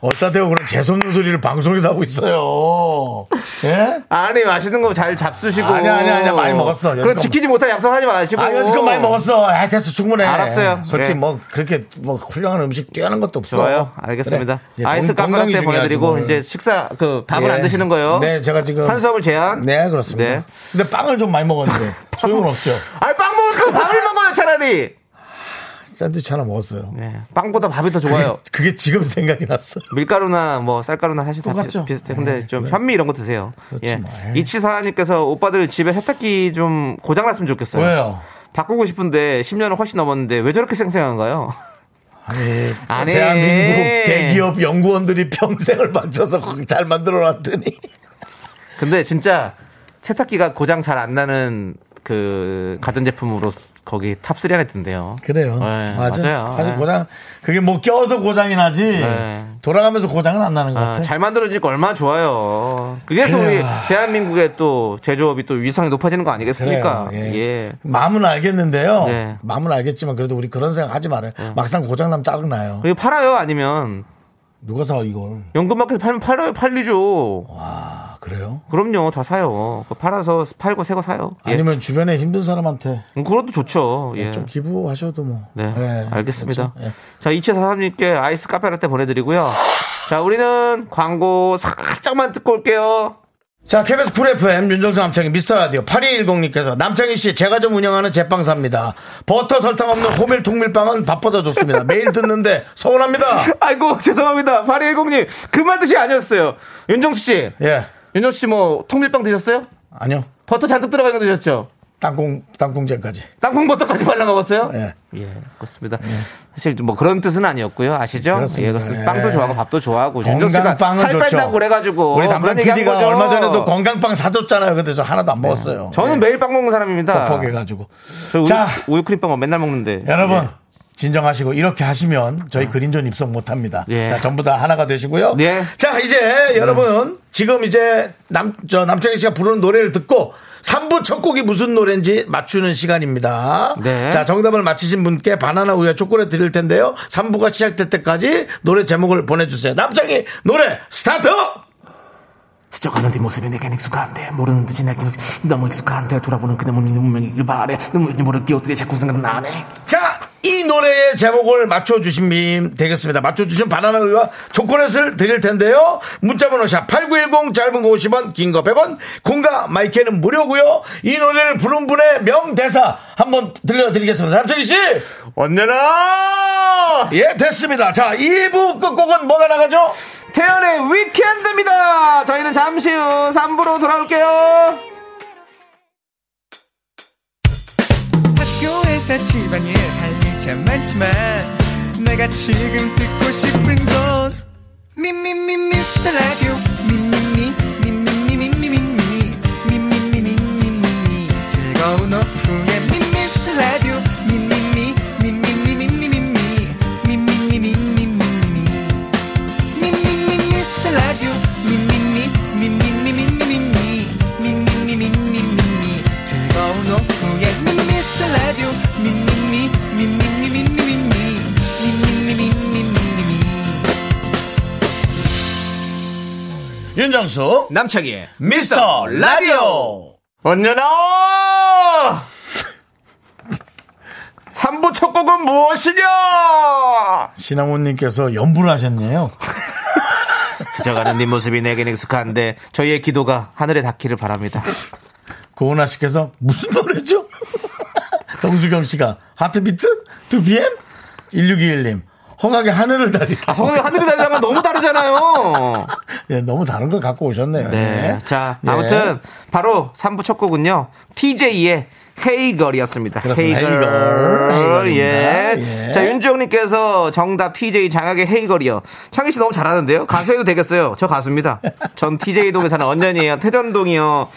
어따 대고 그런 재수없는 소리를 방송에서 하고 있어요. 예? 아니 맛있는 거 잘 잡수시고. 아니야, 아니야, 아니야. 많이 먹었어. 그럼 여지껏 지키지 못할 약속하지 마시고. 아, 여지껏 많이 먹었어. 아, 됐어. 충분해. 알았어요. 솔직히 네. 뭐, 그렇게 뭐, 훌륭한 음식 뛰어난 것도 없어. 좋아요. 알겠습니다. 그래. 이제 아이스 건- 깜깜이 때 건강이 보내드리고 중요하지, 이제 오늘. 식사 그 밥은 예. 안 드시는 거요. 네, 제가 지금. 탄수화물 제한. 네, 그렇습니다. 네. 근데 빵을 좀 많이 먹었는데. 소용은 없죠. 아니 빵 먹을 거 밥을 먹어요 차라리. 샌드위치 하나 먹었어요. 네, 빵보다 밥이 더 그게, 좋아요. 그게 지금 생각이 났어. 밀가루나 뭐 쌀가루나 사실 다 똑같죠. 비- 비슷해. 근데 예, 좀 그래. 현미 이런 거 드세요. 그렇지 예. 뭐, 에이. 이치사님께서 오빠들 집에 세탁기 좀 고장 났으면 좋겠어요. 왜요? 바꾸고 싶은데 10년은 훨씬 넘었는데 왜 저렇게 쌩쌩한가요? 아니, 아니. 대한민국 대기업 연구원들이 평생을 바쳐서 잘 만들어 놨더니. 근데 진짜 세탁기가 고장 잘 안 나는 그 가전제품으로 거기 탑3 안에 든대요. 그래요. 네, 맞아. 맞아요. 사실 네. 고장, 그게 뭐 껴서 고장이 나지. 네. 돌아가면서 고장은 안 나는 것 아, 같아. 잘 만들어지니까 얼마나 좋아요. 그래서 그래요. 우리 대한민국의 또 제조업이 또 위상이 높아지는 거 아니겠습니까? 그래요. 예. 예. 마음은 알겠는데요. 네. 마음은 알겠지만 그래도 우리 그런 생각 하지 말아요. 막상 고장나면 짜증나요. 그리고 팔아요? 아니면 누가 사 이걸? 연금마켓에 팔면 팔아요? 팔리죠. 아 그래요? 그럼요. 다 사요. 그거 팔아서 팔고 새거 사요. 예. 아니면 주변에 힘든 사람한테 음, 그것도 좋죠. 예. 좀 기부하셔도 뭐. 네, 예, 알겠습니다. 그렇죠? 예. 자, 2743님께 아이스 카페 라떼 보내드리고요. 자, 우리는 광고 살짝만 듣고 올게요. 자, KBS 쿨 FM 윤정수 남창희 미스터 라디오 8210님께서 남창희 씨 제가 좀 운영하는 제빵사입니다. 버터 설탕 없는 호밀 통밀빵은 밥보다 좋습니다. 매일 듣는데 서운합니다. 아이고 죄송합니다. 8210님 그 말 뜻이 아니었어요. 윤정수 씨. 예. 윤정수 씨 뭐 통밀빵 드셨어요? 아니요. 버터 잔뜩 들어가는 거 드셨죠? 땅콩 땅콩잼까지. 땅콩 버터까지 발라 먹었어요? 예. 그렇습니다. 사실 뭐 그런 뜻은 아니었고요. 아시죠? 그렇습니다. 예, 그렇습니다. 예. 빵도 좋아하고 밥도 좋아하고 뭐 윤정수 씨가 건강빵은 살 좋죠. 뺀다고 그래가지고 우리 담당 그런 얘기한 PD가 거죠. 네. 얼마 전에도 건강빵 사줬잖아요. 근데 저 하나도 안 먹었어요. 네. 저는 네. 매일 빵 먹는 사람입니다. 포기해가지고. 저 우유, 자. 우유 크림빵 맨날 먹는데. 여러분 예. 진정하시고 이렇게 하시면 네. 저희 그린존 입성 못합니다. 예. 자 전부 다 하나가 되시고요. 예. 자 이제 여러분 지금 이제 남 저 남창희 씨가 부르는 노래를 듣고 3부 첫 곡이 무슨 노래인지 맞추는 시간입니다. 네. 자 정답을 맞히신 분께 바나나 우유와 초콜릿 드릴 텐데요. 3부가 시작될 때까지 노래 제목을 보내주세요. 남창희 노래 스타트. 스쳐가는 뒷모습이 내겐 익숙한데 모르는 듯이 내겐 너무 익숙한데 돌아보는 그대 문이 운명이길 바래 눈물인지 모를 기억들이 자꾸 생각나네 자, 이 노래의 제목을 맞춰주시면 되겠습니다. 맞춰주신 바나나 우유와 초콜릿을 드릴 텐데요. 문자번호 샵8910 짧은 거 50원, 긴 거 100원, 공과 마이크는 무료고요. 이 노래를 부른 분의 명대사 한번 들려드리겠습니다. 남정희 씨! 언제나 예, 됐습니다. 자, 2부 끝곡은 뭐가 나가죠? 태연의 위켄드입니다. 저희는 잠시 후 3부로 돌아올게요. 학교에서 집안일 할 일 참 많지만 내가 지금 듣고 싶은 건 미미미 미스터 라디오 미미미 미미미 미미미 미미미 미미미 미미미 즐거운 오후에 미스터 라디오 미미미 미미미 미미미 미미미 미미미 미미미 윤정수, 남창희의 미스터 라디오! 언제나 3부 첫 곡은 무엇이냐? 신앙훈님께서 연부를 하셨네요. 스쳐가는 네 모습이 내겐 익숙한데 저희의 기도가 하늘에 닿기를 바랍니다. 고은아 씨께서 무슨 노래죠? 정수경 씨가 하트비트? 2PM? 1621님. 허각의 하늘을 달리다. 아, 형이 하늘에 닿는 건 너무 다르잖아요. 예, 너무 다른 걸 갖고 오셨네요. 네. 예. 자, 예. 아무튼 바로 3부 첫 곡은요. TJ의 헤이걸이었습니다. 그렇습니다. 헤이걸. 헤이걸. 예. 헤이걸입니다. 예. 자, 윤지영님께서 정답 TJ 장학의 헤이걸이요. 창희 씨 너무 잘하는데요? 가수해도 되겠어요. 저 가수입니다. 전 TJ동에 사는 언년이에요. 태전동이요.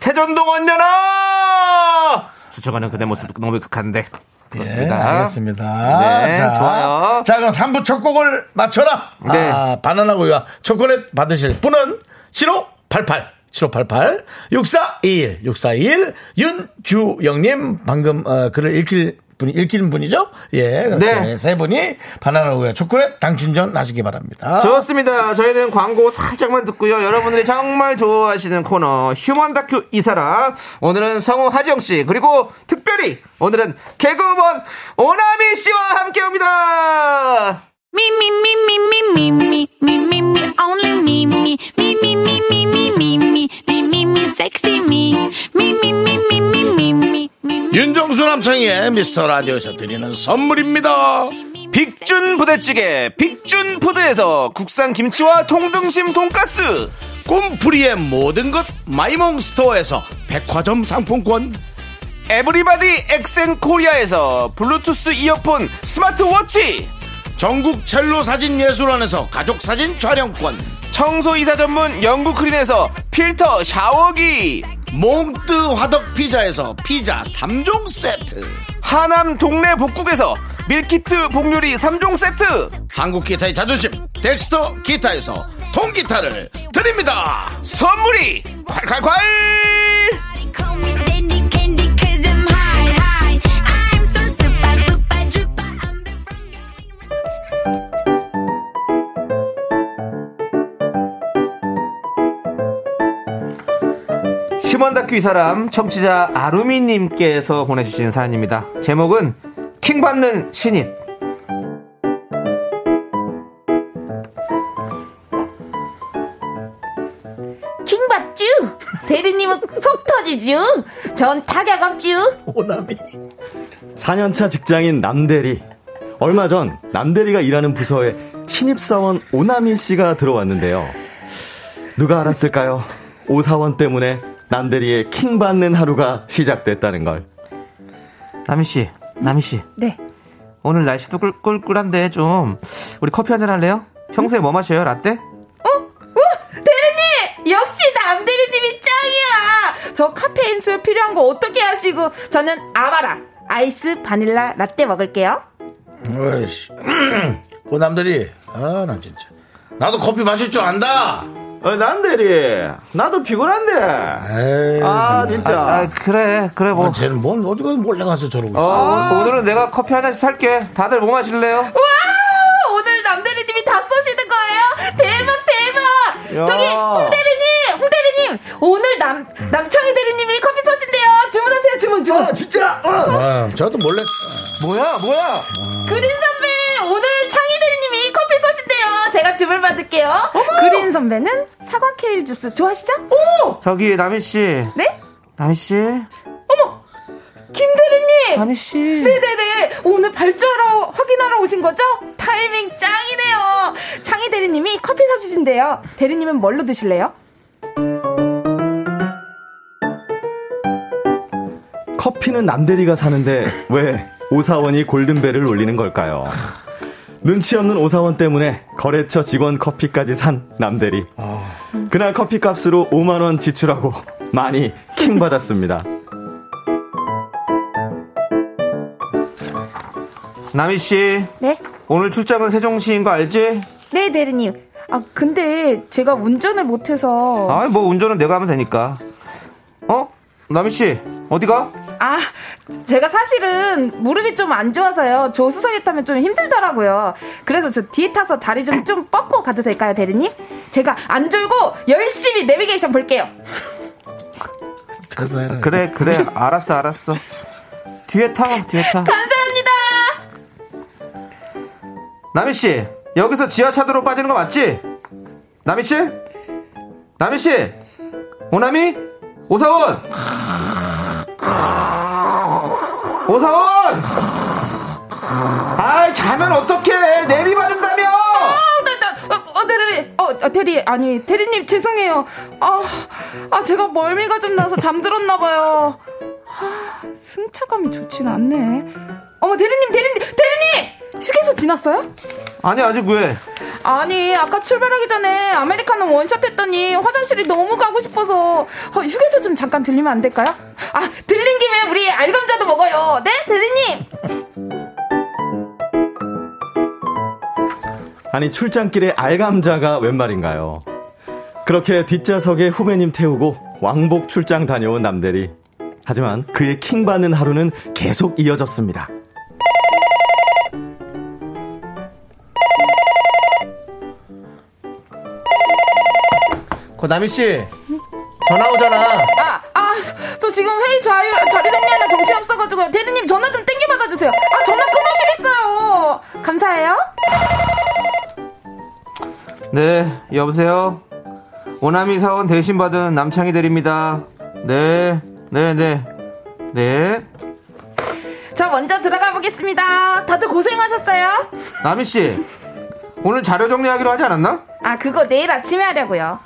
태전동 언년아! 스쳐가는 그대 모습 너무 극한데. 그렇습니다. 예, 알겠습니다. 네, 좋아요. 자, 그럼 3부 첫 곡을 맞춰라. 네. 아, 바나나 우유와 초콜릿 받으실 분은 7588. 7588 6421 6421 윤주영님 방금 어, 글을 읽힐 분이 읽히는 분이죠? 예, 그렇게 네. 세 분이 바나나 우유와 초콜릿 당춘전 하시기 바랍니다. 좋습니다. 저희는 광고 살짝만 듣고요. 여러분들이 정말 좋아하시는 코너 휴먼 다큐 이 사람. 오늘은 성우 하지영 씨 그리고 특별히 오늘은 개그우먼 오나미 씨와 함께옵니다. Me, me, me, me, me, me, me, me, me, me, only me, me, me, me, me, me, me, me, me, me, me, me, sexy me, me, me, me, me, me, me, me, me, me. 윤정수 남창희의 미스터 라디오에서 드리는 선물입니다. 빅준 부대찌개 빅준 푸드에서 국산 김치와 통등심 돈가스. 꿈풀이의 모든 것 마이몽스토어에서 백화점 상품권 에브리바디 엑센 코리아에서 블루투스 이어폰 스마트워치. 전국 첼로 사진 예술원에서 가족 사진 촬영권 청소이사 전문 영국 크린에서 필터 샤워기. 몽뜨 화덕 피자에서 피자 3종 세트 하남 동네 복국에서 밀키트 복요리 3종 세트 한국 기타의 자존심 덱스터 기타에서 통기타를 드립니다 선물이 콸콸콸 Call me dandy candy 'cause I'm high, high. I'm so super duper duper. I'm the one. 휴먼 다큐 이 사람 청취자 아루미님께서 보내주신 사연입니다 제목은 킹받는 신입 킹받쥬? 대리님은 속 터지죠? 전 타격 없지요? 오남이. 4년차 직장인 남대리. 얼마 전 남대리가 일하는 부서에 신입사원 오나미 씨가 들어왔는데요. 누가 알았을까요? 오사원 때문에 남대리의 킹받는 하루가 시작됐다는 걸. 남희 씨, 남희 씨. 네. 오늘 날씨도 꿀, 꿀꿀한데 좀 우리 커피 한잔 할래요? 평소에 뭐 마셔요? 라떼? 어? 대리님! 역시 남대리님이 짱이야! 저 카페인 술 필요한 거 어떻게 하시고, 저는 아마라, 아이스 바닐라 라떼 먹을게요. 어이씨. 그 오남들이. 아, 나 진짜. 나도 커피 마실 줄 안다! 어, 남대리, 나도 피곤한데. 에이. 아, 아, 진짜. 아, 그래 그래 뭐 아, 쟤는 뭔, 어디 가서 몰래 가서 저러고 어, 있어. 오늘은 내가 커피 한 잔씩 살게 다들 뭐 마실래요? 와! 오늘 남대리님이 다 쏘시는 거예요? 대박, 대박! 야. 저기, 홍대리님! 홍대리님! 오늘 남, 남창희 대리님이 커피 쏘신대요! 주문하세요, 주문, 어? 주문! 진짜! 아, 저도 몰래. 뭐야 뭐야 그린 선배! 오늘 창희 대리님이 커피 쏘신대요! 제가 주문 받을게요! 그린 선배는 사과 케일 주스 좋아하시죠? 오! 저기 남희 씨 네? 남희 씨 어머! 김대리님! 남희 씨 네네네. 오늘 발주하러 확인하러 오신 거죠? 타이밍 짱이네요. 창희 대리님이 커피 사주신대요. 대리님은 뭘로 드실래요? 커피는 남대리가 사는데 왜 오사원이 골든벨을 울리는 걸까요? 눈치 없는 오사원 때문에 거래처 직원 커피까지 산 남대리. 그날 커피값으로 5만 원 지출하고 많이 킹 받았습니다. 남희 씨 네. 오늘 출장은 세종시인 거 알지? 네, 대리님. 아, 근데 제가 운전을 못해서. 아이 뭐 운전은 내가 하면 되니까 어? 남희 씨 어디가? 아, 제가 사실은 무릎이 좀 안 좋아서요. 조수석에 타면 좀 힘들더라고요. 그래서 저 뒤에 타서 다리 좀, 좀 뻗고 가도 될까요, 대리님? 제가 안 졸고 열심히 내비게이션 볼게요. 그래 그래 알았어 알았어 뒤에 타 뒤에 타 감사합니다. 남희 씨 여기서 지하차도로 빠지는 거 맞지? 남희 씨? 남희 씨? 오남이? 오사원? 오사원! 아 자면 어떡해 내리받는다며 어, 나, 나, 어, 어, 대리, 어, 어, 대리, 아니, 대리님, 죄송해요. 아, 아, 제가 멀미가 좀 나서 잠들었나봐요. 아, 승차감이 좋진 않네. 어머, 대리님, 대리님, 대리님! 휴게소 지났어요? 아니 아직 왜 아니, 아까 출발하기 전에 아메리카노 원샷 했더니 화장실이 너무 가고 싶어서 어, 휴게소 좀 잠깐 들리면 안 될까요? 아, 들린 김에 우리 알감자도 먹어요. 네, 대리님! 아니 출장길에 알감자가 웬 말인가요? 그렇게 뒷좌석에 후배님 태우고 왕복 출장 다녀온 남대리. 하지만 그의 킹 받는 하루는 계속 이어졌습니다. 그 남희 씨 전화 오잖아 아, 아, 저 지금 회의 자유, 자리 정리하나 정신 없어가지고요. 대리님 전화 좀 땡겨 받아주세요. 아, 전화 끊어지겠어요. 감사해요. 네, 여보세요? 오나미 사원 대신 받은 남창희 대리입니다. 네, 네, 네. 네. 저 먼저 들어가 보겠습니다. 다들 고생하셨어요. 나미씨, 오늘 자료 정리하기로 하지 않았나? 아, 그거 내일 아침에 하려고요.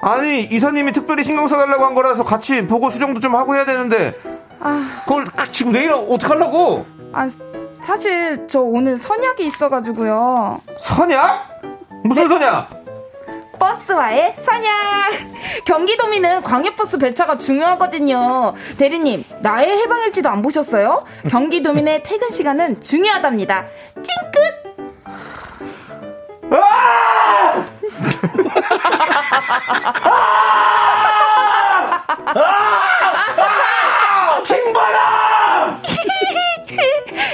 아니, 이사님이 특별히 신경 써달라고 한 거라서 같이 보고 수정도 좀 하고 해야 되는데, 아, 그걸 지금 내일 어떡하려고? 아, 사실 저 오늘 선약이 있어가지고요. 선약? 무슨 선약? 버스와의 선약. 경기도민은 광역버스 배차가 중요하거든요. 대리님, 나의 해방일지도 안 보셨어요? 경기도민의 퇴근 시간은 중요하답니다. 찡끗!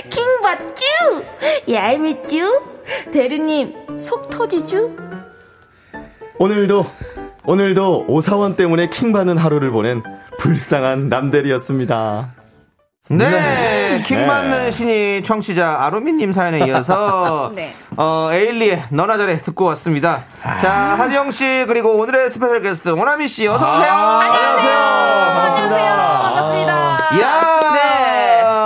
킹받쥬? 얄미쥬? 대리님, 속 터지쥬? 오늘도 오늘도 오사원 때문에 킹 받는 하루를 보낸 불쌍한 남대리였습니다. 네, 킹받는 신이 청취자 아로미님 사연에 이어서 네. 어, 에일리의 너나 잘해 듣고 왔습니다. 자 하지영 씨 그리고 오늘의 스페셜 게스트 오나미 씨 어서 오세요. 아. 반갑습니다. 반갑습니다. 네. 이야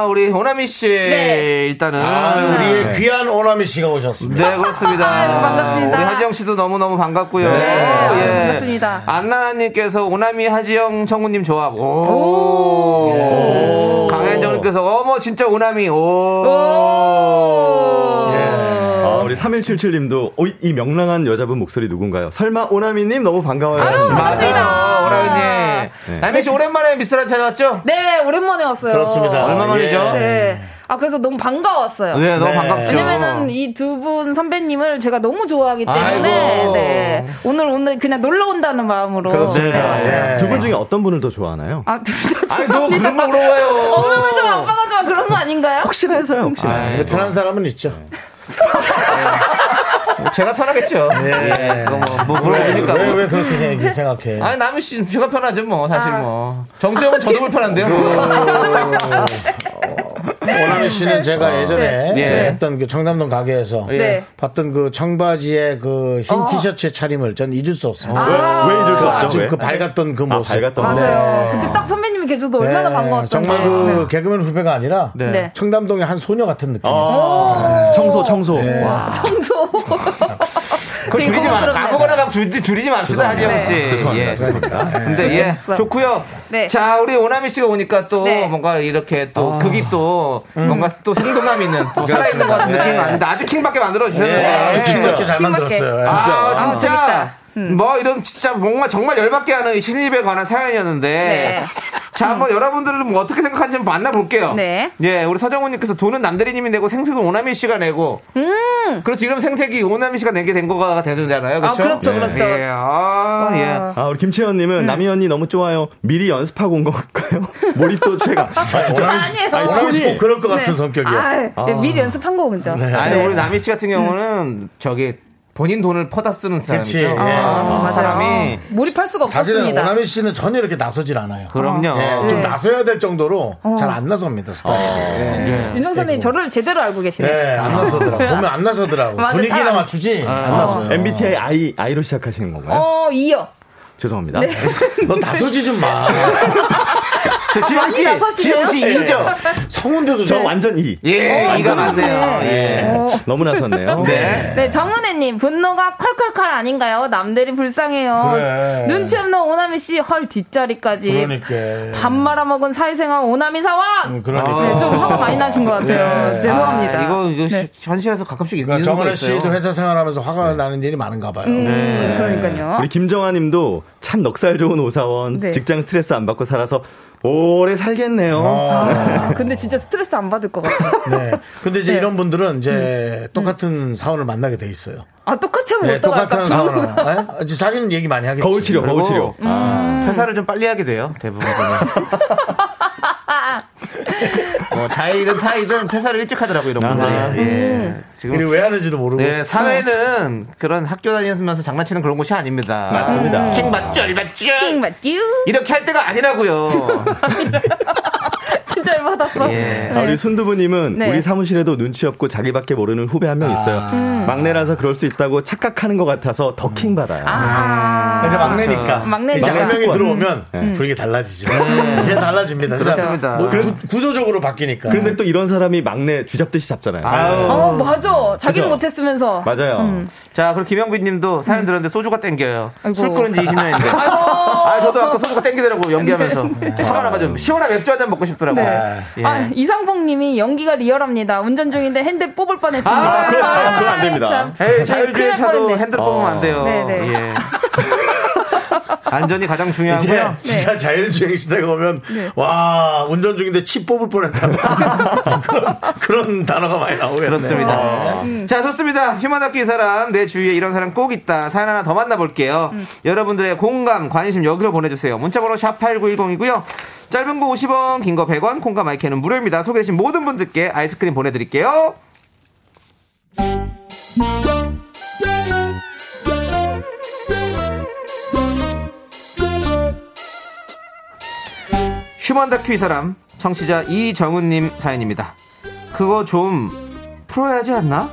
우리 오나미 씨 네. 일단은 아, 우리의 귀한 오나미 씨가 오셨습니다. 네 그렇습니다. 아유, 반갑습니다. 우리 하지영 씨도 너무 너무 반갑고요. 네, 아유, 예. 반갑습니다. 안나나님께서 오나미 하지영 청구님 조합. 오. 오. 강현정님께서 어머 진짜 오나미. 오. 네. 예. 어. 아, 우리 3177님도 어, 이 명랑한 여자분 목소리 누군가요? 설마 오나미님 너무 반가워요. 아, 반갑습니다. 오라비님. 네. 나미 씨 오랜만에 미스라 찾아왔죠? 네, 오랜만에 왔어요. 그렇습니다. 얼마 만이죠? 예. 네. 아, 그래서 너무 반가웠어요. 네, 너무 네. 반갑죠. 왜냐면은 이 두 분 선배님을 제가 너무 좋아하기 때문에 아이고. 네. 오늘 오늘 그냥 놀러 온다는 마음으로 그렇습니다. 예. 네. 두 분 중에 어떤 분을 더 좋아하나요? 아, 둘다 아니, 너 그런 거 물어봐요. 엄마가 좋아, 아빠가 좋아 그런 거 아닌가요? 혹시나 해서요, 혹시나. 아이, 뭐. 근데 편한 사람은 있죠. 제가 편하겠죠. 네. 예. 그거 뭐, 아. 뭐 물어보니까. 왜, 왜 그렇게 생각- 생각해? 아니, 남희 씨는 제가 편하죠, 뭐, 사실 아. 뭐. 정수영은 저도 불편한데요. 오나미 씨는 제가 예전에 네. 그 했던 그 청담동 가게에서 네. 예. 봤던 그 청바지에 그 어. 흰 티셔츠의 차림을 전 잊을 수 없습니다. 왜, 왜 잊을 수 그 없죠? 아주 왜? 그 밝았던 그 모습. 밝았던 네. 모습. 아. 그렇죠. 네. 맞아요. 그때 딱 선배님이 계셔도 얼마나 네, 반가웠던지. 정말 그 개그맨 후배가 아니라 네. 네. 청담동의 한 소녀 같은 느낌. 아, 청소, 청소. 네. 와. 청소. 그걸 줄이지 마. 아무거나 막 줄, 줄이지 맙시다, 하지영 씨. 죄송합니다. 네. 예. 그러니까. 예. 근데 예, 알겠어. 좋고요. 네. 자, 우리 오나미 씨가 오니까 또 네. 뭔가 이렇게 아. 또 극이 또 음. 뭔가 또 생동감 있는 또 살아있는 것 같은 네. 느낌이 나는데 아주 킹밖에 만들어 예. 네. 아주 주셨는데. 네. 킹받게 잘 킹받게. 만들었어요. 예. 아, 진짜. 재밌다. 음. 뭐 이런 진짜 뭔가 정말 열받게 하는 신입에 관한 사연이었는데 네. 자 한번 여러분들은 뭐 어떻게 생각하는지 한번 만나볼게요. 네. 예, 우리 서정훈님께서 돈은 남대리님이 내고 생색은 오나미 씨가 내고. 그렇죠. 이런 생색이 오나미 씨가 내게 된 거가 되잖아요. 음. 아, 그렇죠. 그렇죠, 네. 그렇죠. 예. 아, 예. 아, 우리 네. 김채연님은 남희 언니 너무 좋아요. 미리 연습하고 온 것 같아요. 몰입도 최가. 아, 진짜. 아니에요. 아니, 오나미 씨 톤이. 꼭 그럴 것 같은 네. 성격이에요. 네. 아, 네. 예, 미리 연습한 거 그죠? 아니 우리 남희 씨 같은 경우는 저기 본인 돈을 퍼다 쓰는 그치. 사람이죠. 예. 아, 맞아요. 사람이 몰입할 수가 사실은 없었습니다. 오나미 씨는 전혀 이렇게 나서질 않아요. 그럼요. 예, 좀 네. 어. 나서야 될 정도로 잘 안 나섭니다 스타일이. 예. 윤정 선배님 저를 제대로 알고 계시네요. 예, 안 나서더라고. 보면 안 나서더라고. 맞아, 분위기나 잘 안- 맞추지 안 나서요. 어, MBTI I, I로 시작하시는 건가요? 어, 네. 이어. 죄송합니다. 너 나서지 좀 마. 저 지영 씨, 아, 많이 나서시네요. 네. 지영 어, 씨 이죠. 성운대도 저 좀. 완전 E. 예, 이가 맞네요. 예. 예. 너무 나섰네요. 네. 네, 정은혜님, 분노가 콸콸콸 아닌가요? 남들이 불쌍해요. 그래. 눈치 없는 오나미 씨, 헐, 뒷자리까지. 그러니까. 밥 말아먹은 사회생활 오나미 사왕! 음, 그러니까. 네, 좀 화가 많이 나신 것 같아요. 네, 예. 죄송합니다. 음, 네. 아, 이거 이거 시- 현실에서 가끔씩 있는 그러니까 거 정은혜 있어요. 씨도 회사 생활하면서 화가 나는 일이 많은가 봐요. 네. 음, 그러니까요. 우리 김정아 님도 참 넉살 좋은 오사원. 네. 직장 스트레스 안 받고 살아서 오래 살겠네요. 아, 근데 진짜 스트레스 안 받을 것 같아요. 어, 네. 근데 이제 이런 분들은 이제 똑같은 사원을 만나게 돼 있어요. 아, 똑같이 하면 네, 음. 어떡할까? 똑같은 사원을. 예? 이제 자기는 얘기 많이 하겠지. 거울 치료, 거울 치료. 음. 아. 음. 퇴사를 좀 빨리 하게 돼요. 대부분. 뭐 자이든 타이든 퇴사를 일찍 하더라고 이런 분들. 아, 음. 예. 우리 지금 왜 하는지도 모르고. 예, 사회는 그런 학교 다니면서 장난치는 그런 곳이 아닙니다. 맞습니다. 음. 킹 맞죠, 일 맞죠. 킹 맞쥬? 이렇게 할 때가 아니라고요. 진짜 열 받았어. 예. 아, 우리 순두부님은 네. 우리 사무실에도 눈치 없고 자기밖에 모르는 후배 한 명 있어요. 막내라서 그럴 수 있다고 착각하는 것 같아서 더 킹 받아요. 아, 음. 이제 막내니까. 막내니까. 음. 이제 한 명이 막내니까. 들어오면 분위기 달라지죠. 이제 달라집니다. 그렇습니다. 뭐 구- 구조적으로 바뀌니까. 그런데 또 이런 사람이 막내 쥐잡듯이 잡잖아요. 아유. 어, 맞아. 그죠? 자기는 못했으면서. 맞아요. 자, 그럼 김영빈 님도 사연 들었는데 소주가 땡겨요. 음. 아이고. 술 끊은 지 20년인데. 아, 저도 아까 소주가 땡기더라고, 연기하면서. 화가 나가지고. 시원한 맥주 한 잔 먹고 싶더라고요. 네. 예. 아, 이상봉 님이 연기가 리얼합니다. 운전 중인데 핸들 뽑을 뻔했습니다. 아, 그거 참, 그건 안 됩니다. 참. 에이, 큰일 자율주행 날 차도 네. 뻔했네. 핸들 뽑으면 안 돼요. 네, 네. 예. 안전이 가장 이제 중요하고요. 네. 진짜 자율주행 시대가 오면 와 운전 중인데 치 뽑을 뻔했다 그런 그런 단어가 많이 나오겠네요. 어. 그렇습니다. 어. 음. 자, 좋습니다. 휴먼 학교 이 사람, 내 주위에 이런 사람 꼭 있다. 사연 하나 더 만나볼게요. 여러분들의 공감, 관심 여기로 보내주세요. 문자번호 샵8910이고요. 짧은 거 50원, 긴 거 100원, 콩과 마이크는 무료입니다. 소개되신 모든 분들께 아이스크림 보내드릴게요. 휴먼 다큐 이 사람 청취자 이정은님 사연입니다. 그거 좀 풀어야 하지 않나?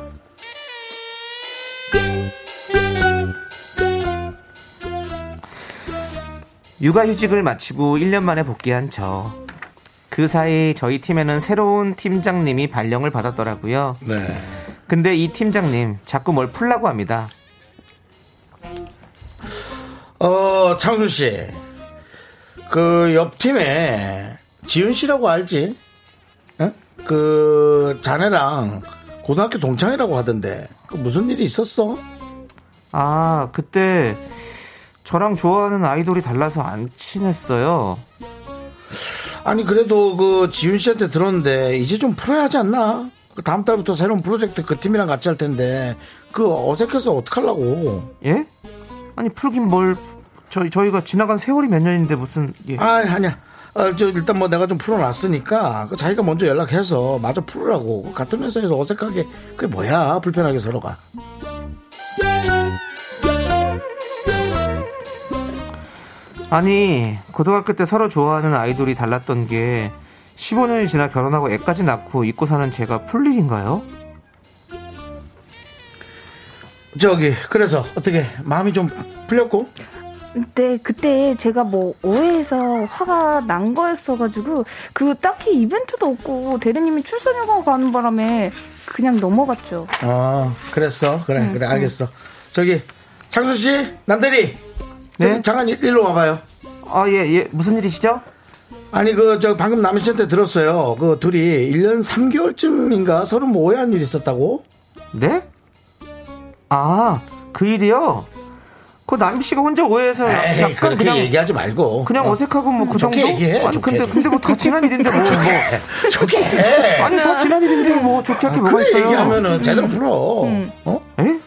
육아휴직을 마치고 1년 만에 복귀한 저. 그 사이 저희 팀에는 새로운 팀장님이 발령을 받았더라고요. 네. 근데 이 팀장님 자꾸 뭘 풀라고 합니다. 어, 창준 씨. 그, 옆팀에, 지은 씨라고 알지? 응? 그, 자네랑 고등학교 동창이라고 하던데, 그 무슨 일이 있었어? 아, 그때 저랑 좋아하는 아이돌이 달라서 안 친했어요. 아니, 그래도 그, 지은 씨한테 들었는데, 이제 좀 풀어야 하지 않나? 그 다음 달부터 새로운 프로젝트 그 팀이랑 같이 할 텐데, 그 어색해서 어떡하려고. 예? 아니 풀긴 뭘 저희 저희가 지나간 세월이 몇 년인데 무슨 예. 아, 아니야. 아, 저 일단 뭐 내가 좀 풀어놨으니까 그 자기가 먼저 연락해서 마저 풀으라고 그 같은 회사에서 어색하게 그게 뭐야 불편하게 서로가 아니 고등학교 때 서로 좋아하는 아이돌이 달랐던 게 15년이 지나 결혼하고 애까지 낳고 잊고 사는 제가 풀 일인가요? 저기 그래서 어떻게 마음이 좀 풀렸고 근데 네, 그때 제가 뭐 오해해서 화가 난 거였어가지고 그 딱히 이벤트도 없고 대리님이 출산 휴가 가는 바람에 그냥 넘어갔죠. 어 그랬어 그래 그래 알겠어 저기 창수 씨 남대리 네? 네? 잠깐 일- 일로 와봐요 아 예 예 무슨 일이시죠? 아니 그 저 방금 남은 씨한테 들었어요 그 둘이 1년 3개월쯤인가 서로 뭐 오해한 일이 있었다고 네? 아 그 일이요? 그 남희 씨가 혼자 오해해서 에이 약간 그렇게 그냥 얘기하지 말고 그냥 어, 어색하고 뭐 그 정도? 좋게 얘기해, 아니 좋게. 근데 근데 뭐 다 지난 일인데 뭐, 뭐 좋게 해 아니 다 지난 일인데 뭐 좋게 할 게 뭐가 아, 그래 있어요? 얘기하면은 제대로 풀어. 어? 예?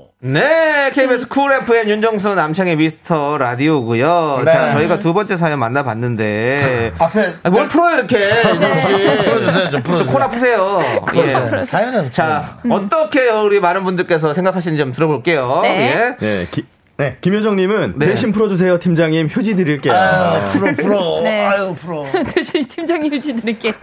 네, KBS 쿨 FM 윤정수 남창의 미스터 라디오고요. 네. 자, 저희가 두 번째 사연 만나봤는데 앞에 아, 뭘 풀어요 이렇게? 풀어주세요, 네. 좀 풀어주세요. 네. 코나 푸세요. 예. 사연에서 자, 음. 어떻게 우리 많은 분들께서 생각하시는지 좀 들어볼게요. 네. 예. 네, 기, 네, 김효정님은 네. 대신 풀어주세요, 팀장님. 휴지 드릴게요. 아유, 풀어 풀어 네. 아유 풀어 대신 팀장님 휴지 드릴게.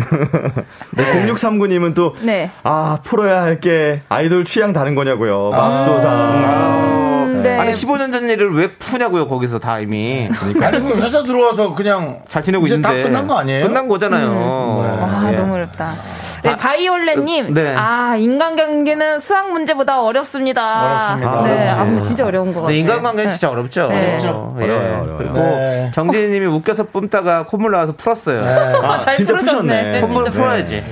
네, 0639님은 또, 네. 아, 풀어야 할게 아이돌 취향 다른 거냐고요. 맙소사. 네. 아니 15년 전 일을 왜 푸냐고요 거기서 다 이미 아니 그 회사 들어와서 그냥 잘 지내고 이제 있는데 다 끝난 거 아니에요? 끝난 거잖아요. 음. 네. 아, 너무 어렵다. 네, 예. 아, 바이올렛님. 네. 아, 인간관계는 수학 문제보다 어렵습니다. 어렵습니다. 네, 어렵지. 아, 근데 진짜 어려운 것 같아요. 근데 인간관계 는 네. 진짜 어렵죠. 네. 어렵죠. 예. 어려워요, 어려워요. 그리고 네. 정진희님이 웃겨서 뿜다가 콧물 나와서 풀었어요. 아, 잘 진짜 풀어졌네. 푸셨네. 네, 음. 콧물 진짜 은 풀어야지.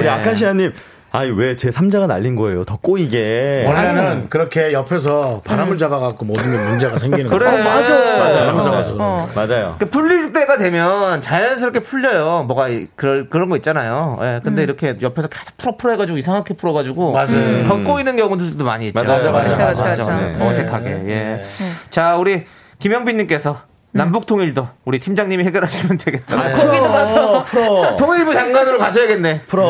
네. 우리 아카시아님, 아니, 왜 제 3자가 날린 거예요? 더 꼬이게. 원래는 그렇게 옆에서 바람을 잡아갖고 모든 게 문제가 생기는 그래. 거예요. 맞아. 바람 잡아서 그런 거예요. 어. 네, 맞아요. 그 풀릴 때가 되면 자연스럽게 풀려요. 뭐가 이- 그럴, 그런 거 있잖아요. 예, 근데 이렇게 옆에서 계속 풀어 풀어 해가지고 이상하게 풀어가지고 맞아요. 더 꼬이는 경우들도 많이 있죠. 맞아, 맞아, 그쵸, 맞아, 그쵸, 맞아. 그쵸. 어색하게. 예. 자 우리 김영빈님께서 남북 통일도 우리 팀장님이 해결하시면 되겠다. 아, 아, 거기도 가서. 풀어. 통일부 장관으로 가셔야겠네. 풀어.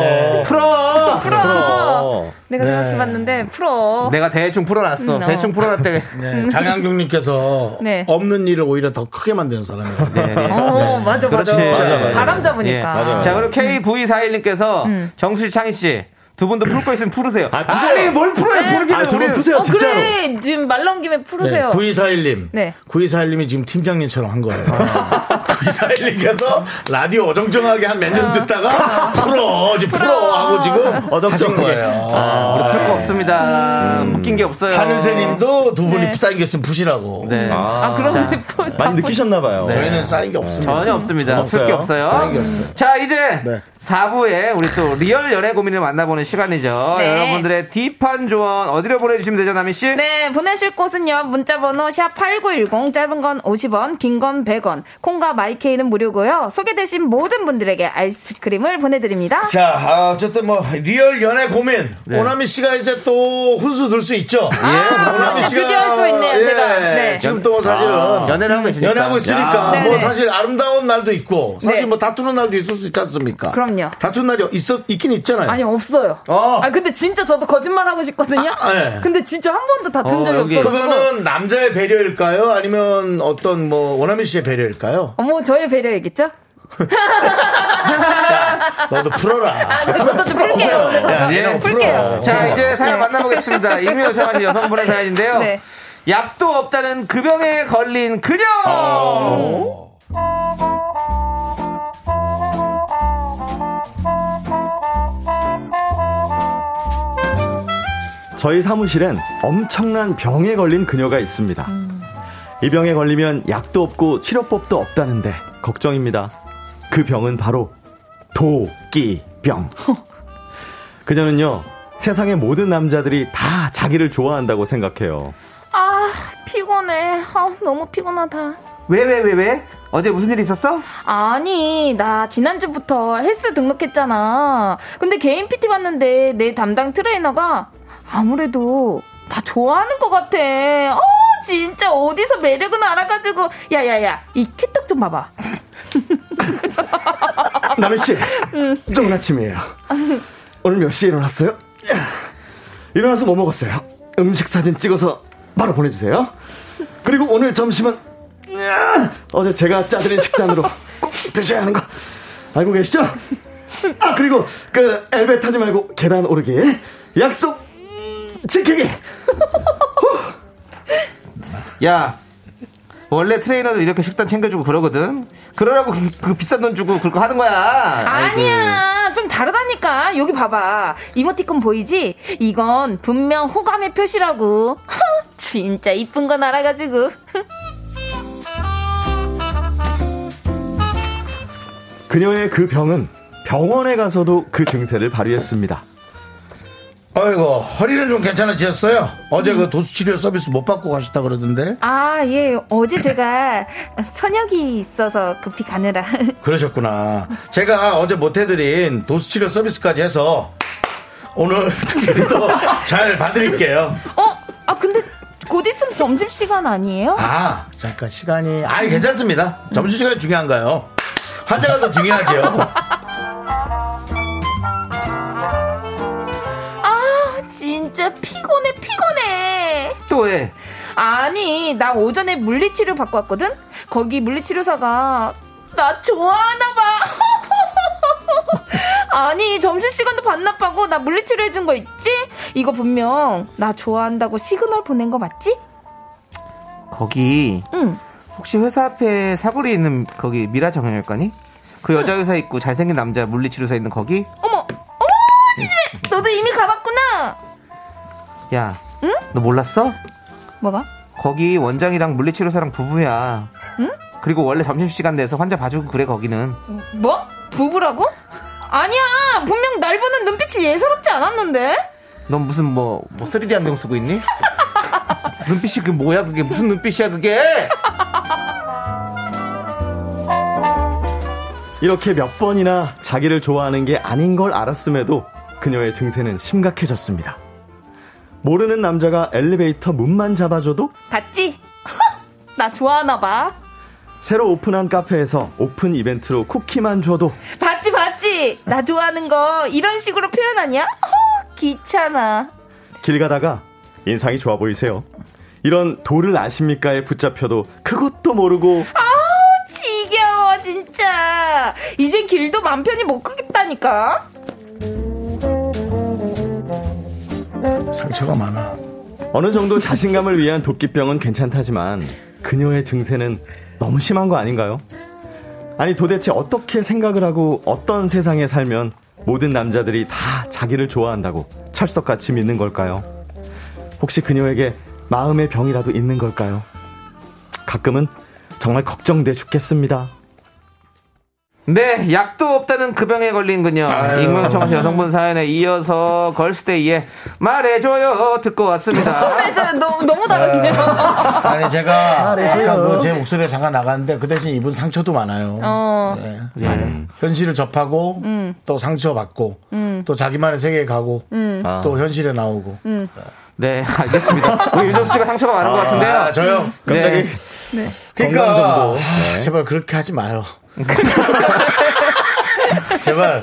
풀어. 풀어. 내가 생각해봤는데, 풀어. 내가 대충 풀어놨어. 음, 어. 대충 풀어놨대. 네. 장양경님께서 네. 없는 일을 오히려 더 크게 만드는 사람이에요. 네, 네. 어, 맞아, 그렇지. 맞아. 맞아, 맞아. 바람 잡으니까. 음. 예. 자, 그리고 K9241님께서 정수 씨, 창희 씨. 두 분도 풀 거 있으면 풀으세요. 아, 니뭘 풀어요? 네. 풀기는 아, 두분 우리는- 푸세요, 어, 진짜로. 그래. 지금 말 나온 김에 풀으세요. 9241님. 네. 9241님이 지금 팀장님처럼 한 거예요. 9241님께서 라디오 어정쩡하게 한 몇 년 듣다가 풀어, 지금 풀어 하고 지금 하신 어정쩡하게. 거예요. 우리 아, 풀 거 없습니다. 묶인 게 없어요. 하늘새님도 두 분이 네. 쌓인 게 있으면 푸시라고. 네. 아, 그런데 풀- 다 많이 풀- 느끼셨나봐요. 저희는 쌓인 게 없습니다. 전혀 없습니다. 풀 게 없어요. 쌓인 게 없어요. 자, 이제 네. 4부에 우리 또 리얼 연애 고민을 만나보는 시간이죠. 네. 여러분들의 딥한 조언 어디로 보내주시면 되죠, 나미 씨? 네, 보내실 곳은요. 문자 번호 샵8910 짧은 건 50원, 긴 건 100원. 콩과 마이케이는 무료고요. 소개되신 모든 분들에게 아이스크림을 보내 드립니다. 자, 아, 어쨌든 뭐 리얼 연애 고민. 네. 오나미 씨가 이제 또 혼수 들 수 있죠. 오나미 예, 아, 드디어 할수 있네요, 제가. 네. 지금 또 사실은 연애를 하고 계시니까. 연애하고 있으니까 야. 뭐 네네. 사실 아름다운 날도 있고 사실 네. 뭐 다투는 날도 있을 수 있지 않습니까? 그럼요. 다투는 날이 있어 있긴 있잖아요. 아니, 없어요. 어. 아, 근데 진짜 저도 거짓말 하고 싶거든요. 아, 네. 근데 진짜 한 번도 다툰 어, 적이 여기. 없어서. 뭐. 그거는 남자의 배려일까요? 아니면 어떤 뭐 오나미 씨의 배려일까요? 어머, 저의 배려이겠죠? 너도 풀어라. 아, 네, 저도 좀 풀게요. 오늘. 야, 예. 얘는 풀어. 풀게요. 자, 이제 사연 만나보겠습니다. 이미 요청하신 여성분의 사연인데요. 네. 약도 없다는 그 병에 걸린 그녀! 어. 음. 저희 사무실엔 엄청난 병에 걸린 그녀가 있습니다. 이 병에 걸리면 약도 없고 치료법도 없다는데 걱정입니다. 그 병은 바로 도끼병. 그녀는요, 세상의 모든 남자들이 다 자기를 좋아한다고 생각해요. 아, 피곤해. 아, 너무 피곤하다. 왜, 왜, 왜, 왜? 어제 무슨 일 있었어? 아니, 나 지난주부터 헬스 등록했잖아. 근데 개인 PT 봤는데 내 담당 트레이너가 아무래도 나 좋아하는 것 같아. 어, 진짜 어디서 매력은 알아가지고. 야, 야, 야, 이 키떡 좀 봐봐. 남희 씨, 좋은 아침이에요. 오늘 몇 시에 일어났어요? 일어나서 뭐 먹었어요? 음식 사진 찍어서 바로 보내주세요. 그리고 오늘 점심은 야, 어제 제가 짜드린 식단으로 꼭 드셔야 하는 거 알고 계시죠? 아 그리고 그 엘베 타지 말고 계단 오르기 약속 음, 지키기. 야, 원래 트레이너도 이렇게 식단 챙겨주고 그러거든? 그러라고 그, 그 비싼 돈 주고 그거 하는 거야. 아니야, 좀 다르다니까. 여기 봐봐. 이모티콘 보이지? 이건 분명 호감의 표시라고. 진짜 이쁜 건 알아가지고. 그녀의 그 병은 병원에 가서도 그 증세를 발휘했습니다. 아이고 허리는 좀 괜찮아지셨어요? 어제 그 도수 치료 서비스 못 받고 가셨다 그러던데. 아, 예. 어제 제가 선역이 있어서 급히 가느라. 그러셨구나. 제가 어제 못해드린 도수치료 서비스까지 해서 오늘 특별히 또 잘 봐드릴게요. 어? 아 근데 곧 있으면 점심시간 아니에요? 아, 잠깐 시간이. 아이, 괜찮습니다. 점심시간이 중요한가요? 환자가 더 중요하죠. 아 진짜 피곤해 피곤해 또 해. 아니 나 오전에 물리치료 받고 왔거든 거기 물리치료사가 나 좋아하나 봐 아니 점심시간도 반납하고 나 물리치료 해준 거 있지 이거 분명 나 좋아한다고 시그널 보낸 거 맞지 거기 응 혹시 회사 앞에 사거리 있는 거기 미라 정형외과니? 그 여자 의사 있고 잘생긴 남자 물리치료사 있는 거기? 어머 어머 지지배 너도 이미 가봤구나 야, 너 몰랐어? 뭐가 거기 원장이랑 물리치료사랑 부부야. 응? 그리고 원래 점심시간 내서 환자 봐주고 그래 거기는. 뭐 부부라고 아니야 분명 날 보는 눈빛이 예사롭지 않았는데 넌 무슨 뭐, 뭐 3D 안경 쓰고 있니? 눈빛이 그 뭐야 그게 무슨 눈빛이야 그게? 이렇게 몇 번이나 자기를 좋아하는 게 아닌 걸 알았음에도 그녀의 증세는 심각해졌습니다. 모르는 남자가 엘리베이터 문만 잡아줘도 봤지? 나 좋아하나 봐. 새로 오픈한 카페에서 오픈 이벤트로 쿠키만 줘도 봤지, 봤지? 나 좋아하는 거 이런 식으로 표현하냐? 허, 귀찮아. 길 가다가 인상이 좋아 보이세요. 이런 도를 아십니까에 붙잡혀도 그것도 모르고 어, 지겨워, 진짜. 이젠 길도 맘 편히 못 끄겠다니까. 상처가 많아. 어느 정도 자신감을 위한 도끼병은 괜찮다지만 그녀의 증세는 너무 심한 거 아닌가요? 아니 도대체 어떻게 생각을 하고 어떤 세상에 살면 모든 남자들이 다 자기를 좋아한다고 철석같이 믿는 걸까요? 혹시 그녀에게 마음의 병이라도 있는 걸까요? 가끔은 정말 걱정돼 죽겠습니다. 네, 약도 없다는 그 병에 걸린 그녀. 익명청하신 여성분 사연에 이어서 걸스데이의 말해줘요 듣고 왔습니다. 근데 네, 저 너무, 너무 다르네요. 아니, 제가 아까 그 제 목소리가 잠깐 나갔는데 그 대신 이분 상처도 많아요. 어. 예. 음. 현실을 접하고 또 상처받고 또 자기만의 세계에 가고 아. 또 현실에 나오고. 네, 알겠습니다. 우리 윤정수 씨가 상처가 많은 것 같은데요. 네. 아, 저요. 네. 갑자기 그러니까 아, 제발 그렇게 하지 마요. 제발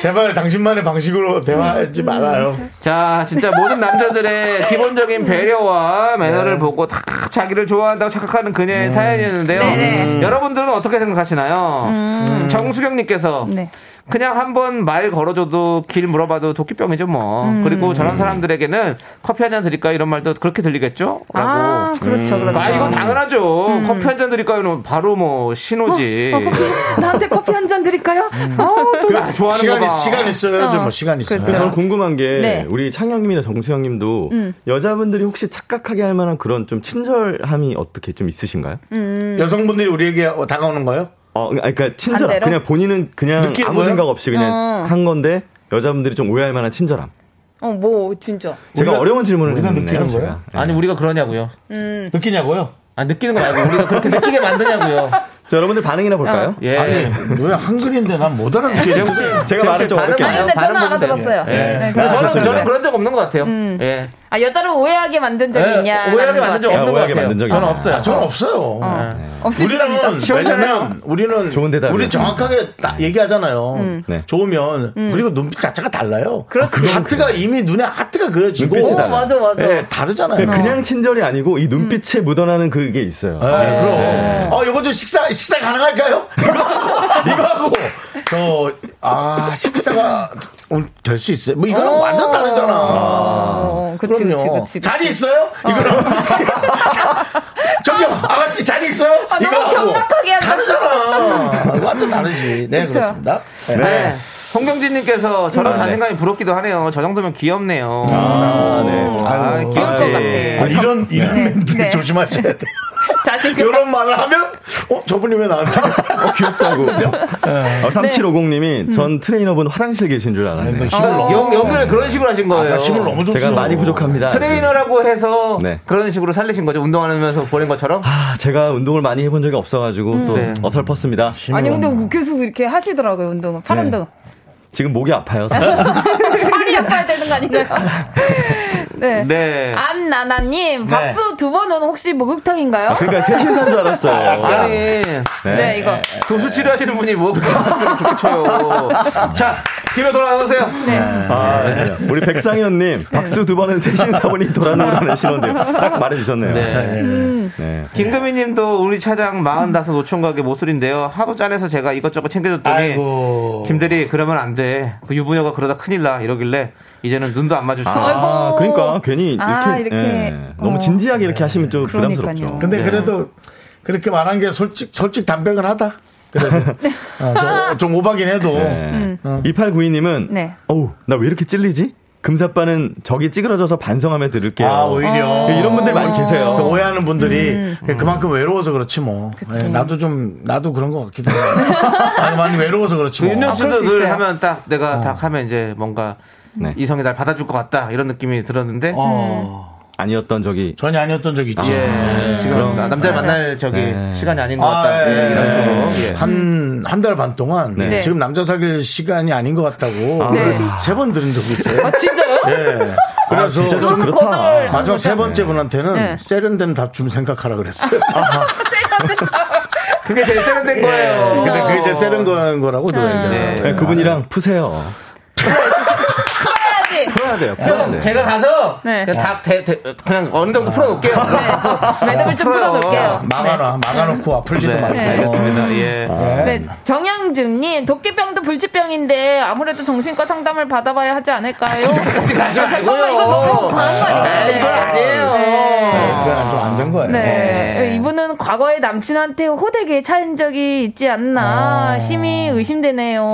제발 당신만의 방식으로 대화하지 말아요. 음. 자, 진짜 모든 남자들의 기본적인 배려와 매너를 네. 보고 다 자기를 좋아한다고 착각하는 그녀의 사연이었는데요. 네네. 음. 음. 여러분들은 어떻게 생각하시나요? 음, 정수경님께서 네. 그냥 한번 말 걸어줘도 길 물어봐도 도끼병이죠 뭐. 음. 그리고 저런 사람들에게는 커피 한 잔 드릴까요? 이런 말도 그렇게 들리겠죠? 라고. 아, 그렇죠, 그렇죠. 아, 이건 당연하죠. 커피 한 잔 드릴까요는 바로 뭐 신호지. 어, 커피, 나한테 커피 한 잔 드릴까요? 어, 또 아, 좋아하는 시간이 거봐. 시간 있어요. 좀 어. 뭐 시간 있어요. 그렇죠. 저는 궁금한 게 네. 우리 창영님이나 정수영님도 여자분들이 혹시 착각하게 할 만한 그런 좀 친절함이 어떻게 좀 있으신가요? 여성분들이 우리에게 다가오는 거요? 어, 그러니까- 그러니까 친절함. 반대로? 그냥 본인은 그냥 느끼는 아무 거예요? 생각 없이 그냥 어. 한 건데 여자분들이 좀 오해할 만한 친절함. 어, 뭐, 진짜. 제가 우리가- 어려운 질문을 우리가 했네요. 느끼는 거예요? 제가. 아니 우리가 그러냐고요. 느끼냐고요? 아 느끼는 거 말고 우리가 그렇게 느끼게 만드냐고요. 자, 여러분들 반응이나 볼까요? 어. 예. 아니 왜 한글인데 난 못 예, 알아듣겠어. 제가 말을 좀 어렵게 아니, 했네요. 근데 저는 알아들었어요. 예. 네, 근데 저는, 그렇습니다. 음. 저는 그런 적 없는 것 같아요. 예. 아, 여자를 오해하게 만든 적이 예, 있냐? 오해하게 만든 적 같아요. 없는 것 오해하게 같아요. 만든 적이 저는 있나요? 없어요. 저는 없어요. 없으시답니다. 우리는 왜냐면 우리는 좋은 대답이에요. 우리 정확하게 딱 얘기하잖아요. 네. 좋으면 그리고 눈빛 자체가 달라요. 음. 그렇지. 그 하트가 이미 눈에 하트가 그려지고 눈빛이 오, 달라요. 맞아, 맞아. 예, 어. 다르잖아요. 그냥 그냥 친절이 아니고 이 눈빛에 음. 묻어나는 그게 있어요. 아, 예, 그럼. 어, 요거 좀 식사, 식사 가능할까요? 이거 하고, 이거 하고. 저, 아, 식사가 될 수 있어요? 뭐, 이거는 어. 완전 다르잖아. 어, 그치, 아, 그럼요. 그치, 그치, 그치. 자리 있어요? 이거랑. 자, 저기요, 아가씨 자리 있어요? 아, 너무 경박하게 한다. 다르잖아. 완전 다르지. 네, 그쵸. 그렇습니다 네. 홍경진님께서 저런 자신감이 부럽기도 하네요. 저 정도면 귀엽네요. 네. 아, 네. 아, 아유. 귀엽죠. 귀여울 것 예. 같아. 아, 이런, 이런 멘트 네. 조심하셔야 돼. 자신감. 이런 말을 하면, 어, 저분이 왜 나한테. 어, 귀엽다고. 네. 어, 음. 3750님이 전 트레이너분 화장실 계신 줄 알았네요. 아, 영, 영을 그런 식으로 하신 거예요. 아, 나 힘을 너무 줬어. 제가 아, 많이 부족합니다. 트레이너라고 해서 네. 그런 식으로 살리신 거죠. 운동하면서 보낸 것처럼. 아, 제가 운동을 많이 해본 적이 없어가지고 또 음. 네. 어설펐습니다. 음. 아니, 근데 계속 이렇게 하시더라고요, 운동은. 팔 네. 운동. 네. 지금 목이 아파요. 사실. 팔이 바꿔야 되는 거 아닌가요? 네. 네. 안나나님, 네. 아, 박수 두 번은 혹시 목욕탕인가요? 그러니까 셋이서인 줄 알았어요. 아니 네, 이거. 도수 치료하시는 분이 뭐 그렇게 박수를 그렇게 쳐요. 자 집에 돌아가세요. 아, 네. 우리 백상현님 박수 두 번은 세신 사모님 돌아놓으라는 신원들 딱 말해주셨네요. 네. 음. 네. 김금희님도 우리 차장 45 노총 가게 모술인데요. 하루 짠해서 제가 이것저것 챙겨줬더니 아이고. 김들이 그러면 안 돼. 그 유부녀가 그러다 큰일 나 이러길래 이제는 눈도 안 마주치고. 아이고. 아, 그러니까 괜히 이렇게, 아, 이렇게. 예. 너무 어. 진지하게 이렇게 하시면 좀 그러니까요. 부담스럽죠. 근데 그래도 그렇게 말한 게 솔직 솔직 담백은 하다. 그래도 어, 좀, 좀 오바긴 해도 네. 어. 2892님은 음. 네. 어우 나 왜 이렇게 찔리지? 금사빠는 저기 찌그러져서 반성하며 들을게요. 아 오히려 이런 분들 많이 계세요. 그 오해하는 분들이 그만큼 외로워서 그렇지 뭐. 예, 나도 좀 나도 그런 것 같기도 해요. 아니, 많이 외로워서 그렇지 뭐. 윤정 씨도 그럴 수 늘 있어요. 하면 딱 내가 딱 하면 이제 뭔가 네. 이성이 날 받아줄 것 같다 이런 느낌이 들었는데 어, 아니었던 저기 전혀 아니었던 적 있지. 네. 예, 지금 그럼. 남자를 만날 저기 네. 시간이 아닌 것 같다 아, 예, 이런 식으로 예. 한한 달 반 동안 네. 지금 남자 사귈 시간이 아닌 것 같다고 네. 세 번 들은 적이 있어요. 아, 진짜요? 예. 아, 그래서 진짜 좀 그러면 그렇다. 거절. 마지막 세 번째 분한테는 네. 세련된 답 좀 생각하라 그랬어요. 그게 제일 세련된 거예요. 근데 그게 이제 세련 건 거라고 누가 얘기하요 어. 네. 네, 그분이랑 푸세요. 풀어야 돼요. 풀어야 형, 돼요. 제가 가서 네. 그냥 다 대- 대- 그냥 어느 정도 풀어놓을게요. 네. 매듭을 좀 풀어요. 풀어놓을게요. 막아놔, 막아놓고 아플지도 네, 말고. 알겠습니다. 예. 아. 네, 정양준님 도끼병도 불치병인데 아무래도 정신과 상담을 받아봐야 하지 않을까요? 아, 잠깐만 이거 너무 과한 거 아닌가요? 네. 그건 아니에요. 어, 그건 좀 안 된 거예요. 네. 이분은 과거에 남친한테 호되게 차인 적이 있지 않나 심히 의심되네요.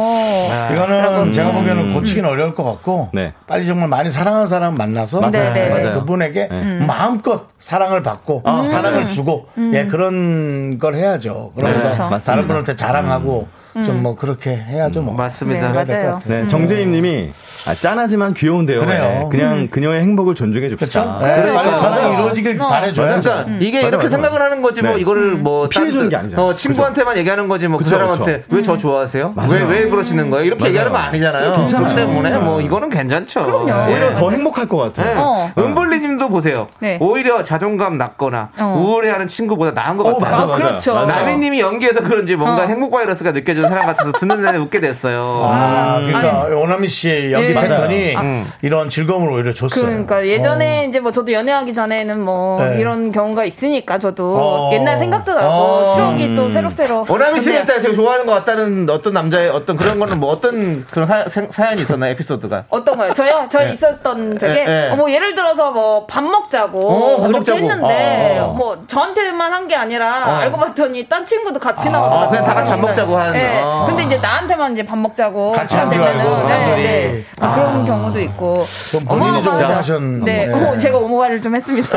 이거는 제가 보기에는 고치긴 어려울 것 같고 네. 빨리 정말 많이 사랑하는 사람 만나서 맞아요. 네, 네. 예, 맞아요. 그분에게 마음껏 사랑을 받고 사랑을 주고 예 그런 걸 해야죠. 그러면서 그렇죠. 다른 맞습니다. 분한테 자랑하고 좀 뭐 그렇게 해야죠. 뭐. 음. 네, 맞습니다. 맞아요. 네, 정재임님이 아, 짠하지만 귀여운데요. 그래요. 네, 그냥 그녀의 행복을 존중해 그렇죠? 줍시다. 예, 빨리 사랑이 이루어지길 바래줘야죠. 그러니까 이게 네. 음. 맞아, 이렇게 맞아. 생각을 하는 거지 뭐 네. 이거를 뭐 피해 다른 주는 데- 게 아니잖아요. 어, 친구한테만 얘기하는 거지 뭐 그 그쵸, 사람한테 왜 저 좋아하세요? 왜 왜 그러시는 거예요? 이렇게 얘기하는 거 아니잖아요. 그렇기 때문에 뭐 이거는 괜찮죠. 그럼요. 예. 아, 오히려 더 행복할 것 네. 같아요. 어. 은블리님도 보세요. 네. 오히려 자존감 낮거나 어. 우울해하는 친구보다 나은 것 어, 같아요. 맞아, 아, 맞아. 그렇죠. 맞아요. 나미님이 연기해서 그런지 뭔가 어. 행복 바이러스가 느껴지는 사람 같아서 듣는 내내 웃게 됐어요. 아, 그러니까 오나미 씨의 연기 예. 패턴이 맞아요. 이런 즐거움을 오히려 줬어요. 그러니까 예전에 이제 뭐 저도 연애하기 전에는 뭐 네. 이런 경우가 있으니까 저도 어. 옛날 생각도 나고 어. 추억이 또 새록새록. 오나미 씨는 근데 일단 제가 좋아하는 것 같다는 어떤 남자의 어떤 그런 거는 뭐 어떤 그런 사, 연이 있었나요? 에피소드가? 어떤 거요? 저요? 저 예. 있었던 저게 예, 예. 어, 뭐 예를 들어서 뭐 밥 먹자고 어, 밥 이렇게 먹자고. 했는데 어, 어. 뭐 저한테만 한 게 아니라 어. 알고 봤더니 딴 친구도 같이 아, 나와서 그냥 다 같이 밥 먹자고 하는. 네. 아. 근데 이제 나한테만 이제 밥 먹자고 같이 한줄 저한테면은 알고 네, 남들이. 아, 그런 경우도 있고 그럼 본인이 좀 어마어마하죠. 오버하셨나 네, 보네. 어, 제가 오모발을 좀 했습니다.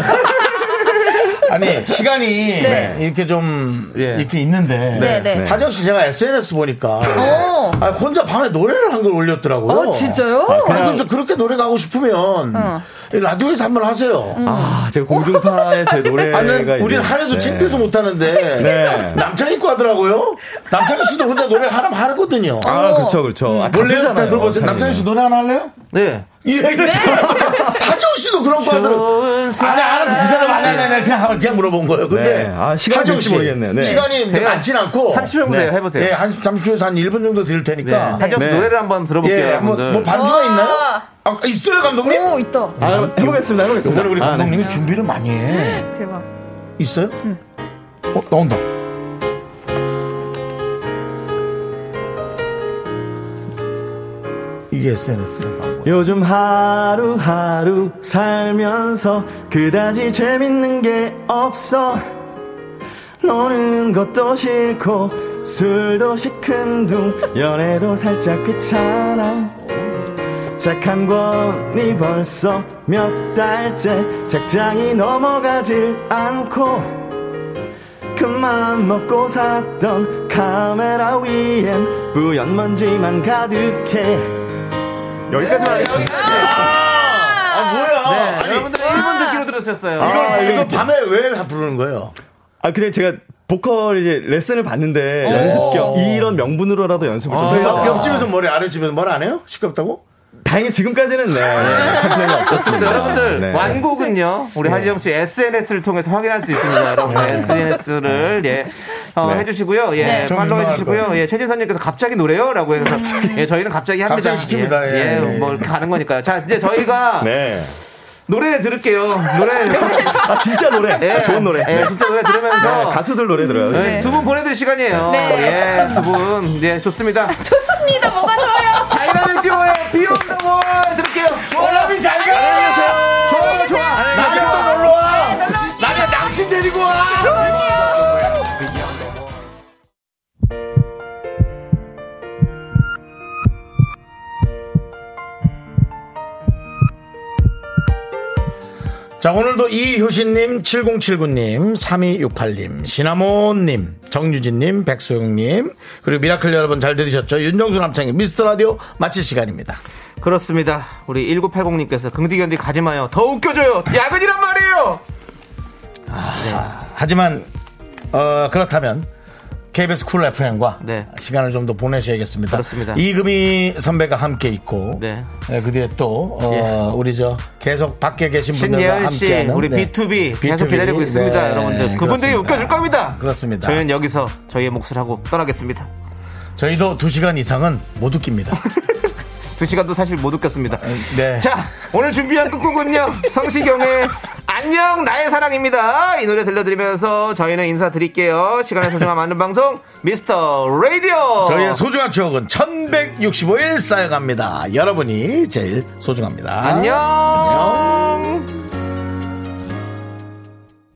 아니 시간이 네. 이렇게 좀 예. 이렇게 있는데 네, 네. 하정 씨 제가 SNS 보니까 오. 아, 혼자 밤에 노래를 한 걸 올렸더라고요. 어, 진짜요? 어. 아니, 그래서 그렇게 노래가 하고 싶으면 이 라디오에서 한번 하세요. 음. 아, 제가 공중파의 제 노래가 아니, 우리는 이제- 하나도 네. 창피해서 못하는데 네. 남창희 거 하더라고요. 남창희 씨도 혼자 노래 하나 하거든요. 아, 그렇죠, 그렇죠. 아, 원래 다 가수잖아요, 들어보세요. 사실은. 남창희 씨 노래 하나 할래요? 네. 예, 이렇죠. 하정 씨도 그런 거 하더라고요. 아니, 네, 알아서 기다려봐. 아니, 아니, 아니, 그냥, 하- 그냥 물어본 거예요. 근데 네. 아, 시간이 하정 될지 씨, 모르겠네요. 네. 시간이 제가 많진 않고 네. 30초 정도 돼요. 해보세요. 예, 한 30초에서 한 1분 정도 드릴 네. 테니까. 한정 씨 네. 노래를 한번 들어볼게요. 예, 뭐, 여러분들. 뭐 반주가 와. 음. 있나요? 아, 있어요, 감독님? 오, 있다. 아, 해보겠습니다, 해보겠습니다. 오늘 우리 아, 네. 감독님이 준비를 많이 해. 대박. 있어요? 어, 나온다. 이게 SNS. 예, 요즘 하루하루 살면서 그다지 재밌는 게 없어 노는 것도 싫고 술도 시큰둥 연애도 살짝 귀찮아 착한 권이 벌써 몇 달째 책장이 넘어가질 않고 큰맘 먹고 샀던 카메라 위엔 뿌연 먼지만 가득해 여기까지만 하겠습니다 아, 뭐야? 네, 여러분들 1분 듣기로 들으셨어요. 이거, 아, 이거 이거 밤에 왜 부르는 거예요? 아 근데 제가 보컬 이제 레슨을 어. 받는데 연습 겸 이런 명분으로라도 연습을 좀 그 아. 해요. 옆, 집에서 뭐래? 아랫집에서 뭐라 안 해요? 시끄럽다고? 다행히 지금까지는 네. 네. 좋습니다. 아. 여러분들 네. 완곡은요. 우리 한지영 씨 SNS를 통해서 확인할 수 있습니다. 여러분 SNS를 예 어, 네. 해주시고요. 예 네. 팔로우 해주시고요. 예 최진선님께서 갑자기 노래요라고 해서 예 저희는 갑자기 합니다. 갑자기 시킵니다. 예, 예, 예, 예. 뭐 이렇게 가는 거니까요. 자 이제 저희가 네. 노래 들을게요. 노래 아 진짜 노래. 예, 아, 좋은 노래. 예 진짜 노래 들으면서 네, 가수들 노래 들어요. 네. 두분 보내드릴 시간이에요. 네. 예, 두 분. 예, 좋습니다. 좋습니다. 뭐가 좋아요? 다이나믹 듀오의 비 온다 월 들을게요. 월남이 잘 가! 좋아, 좋아. 낮에 또 놀러 와! 낮에 남친 데리고 와! 자, 오늘도 이효신님, 7079님, 3268님, 시나몬님, 정유진님, 백소영님, 그리고 미라클 여러분 잘 들으셨죠? 윤정수 남창의 미스터 라디오 마칠 시간입니다. 그렇습니다. 우리 1980님께서 긍디견디 가지 마요. 더 웃겨줘요. 야근이란 말이에요. 하지만 어, 그렇다면 KBS 쿨 FM과 네. 시간을 좀 더 보내셔야겠습니다. 그렇습니다. 이금희 선배가 함께 있고 네. 예, 그 뒤에 또 어, 예. 우리 저 계속 밖에 계신 분들과 신예은 씨, 함께하는 우리 네. B2B 계속 B2B, 기다리고 있습니다, 네, 여러분들. 그분들이 그렇습니다. 웃겨줄 겁니다. 그렇습니다. 저희는 여기서 저희의 몫을 하고 떠나겠습니다. 저희도 2 시간 이상은 못 웃깁니다. 두 시간도 사실 못 웃겼습니다. 네. 자, 오늘 준비한 끝곡은요. 성시경의 안녕 나의 사랑입니다. 이 노래 들려드리면서 저희는 인사드릴게요. 시간의 소중함 아는 방송 미스터 라디오. 저희의 소중한 추억은 1165일 쌓여갑니다. 여러분이 제일 소중합니다. 안녕.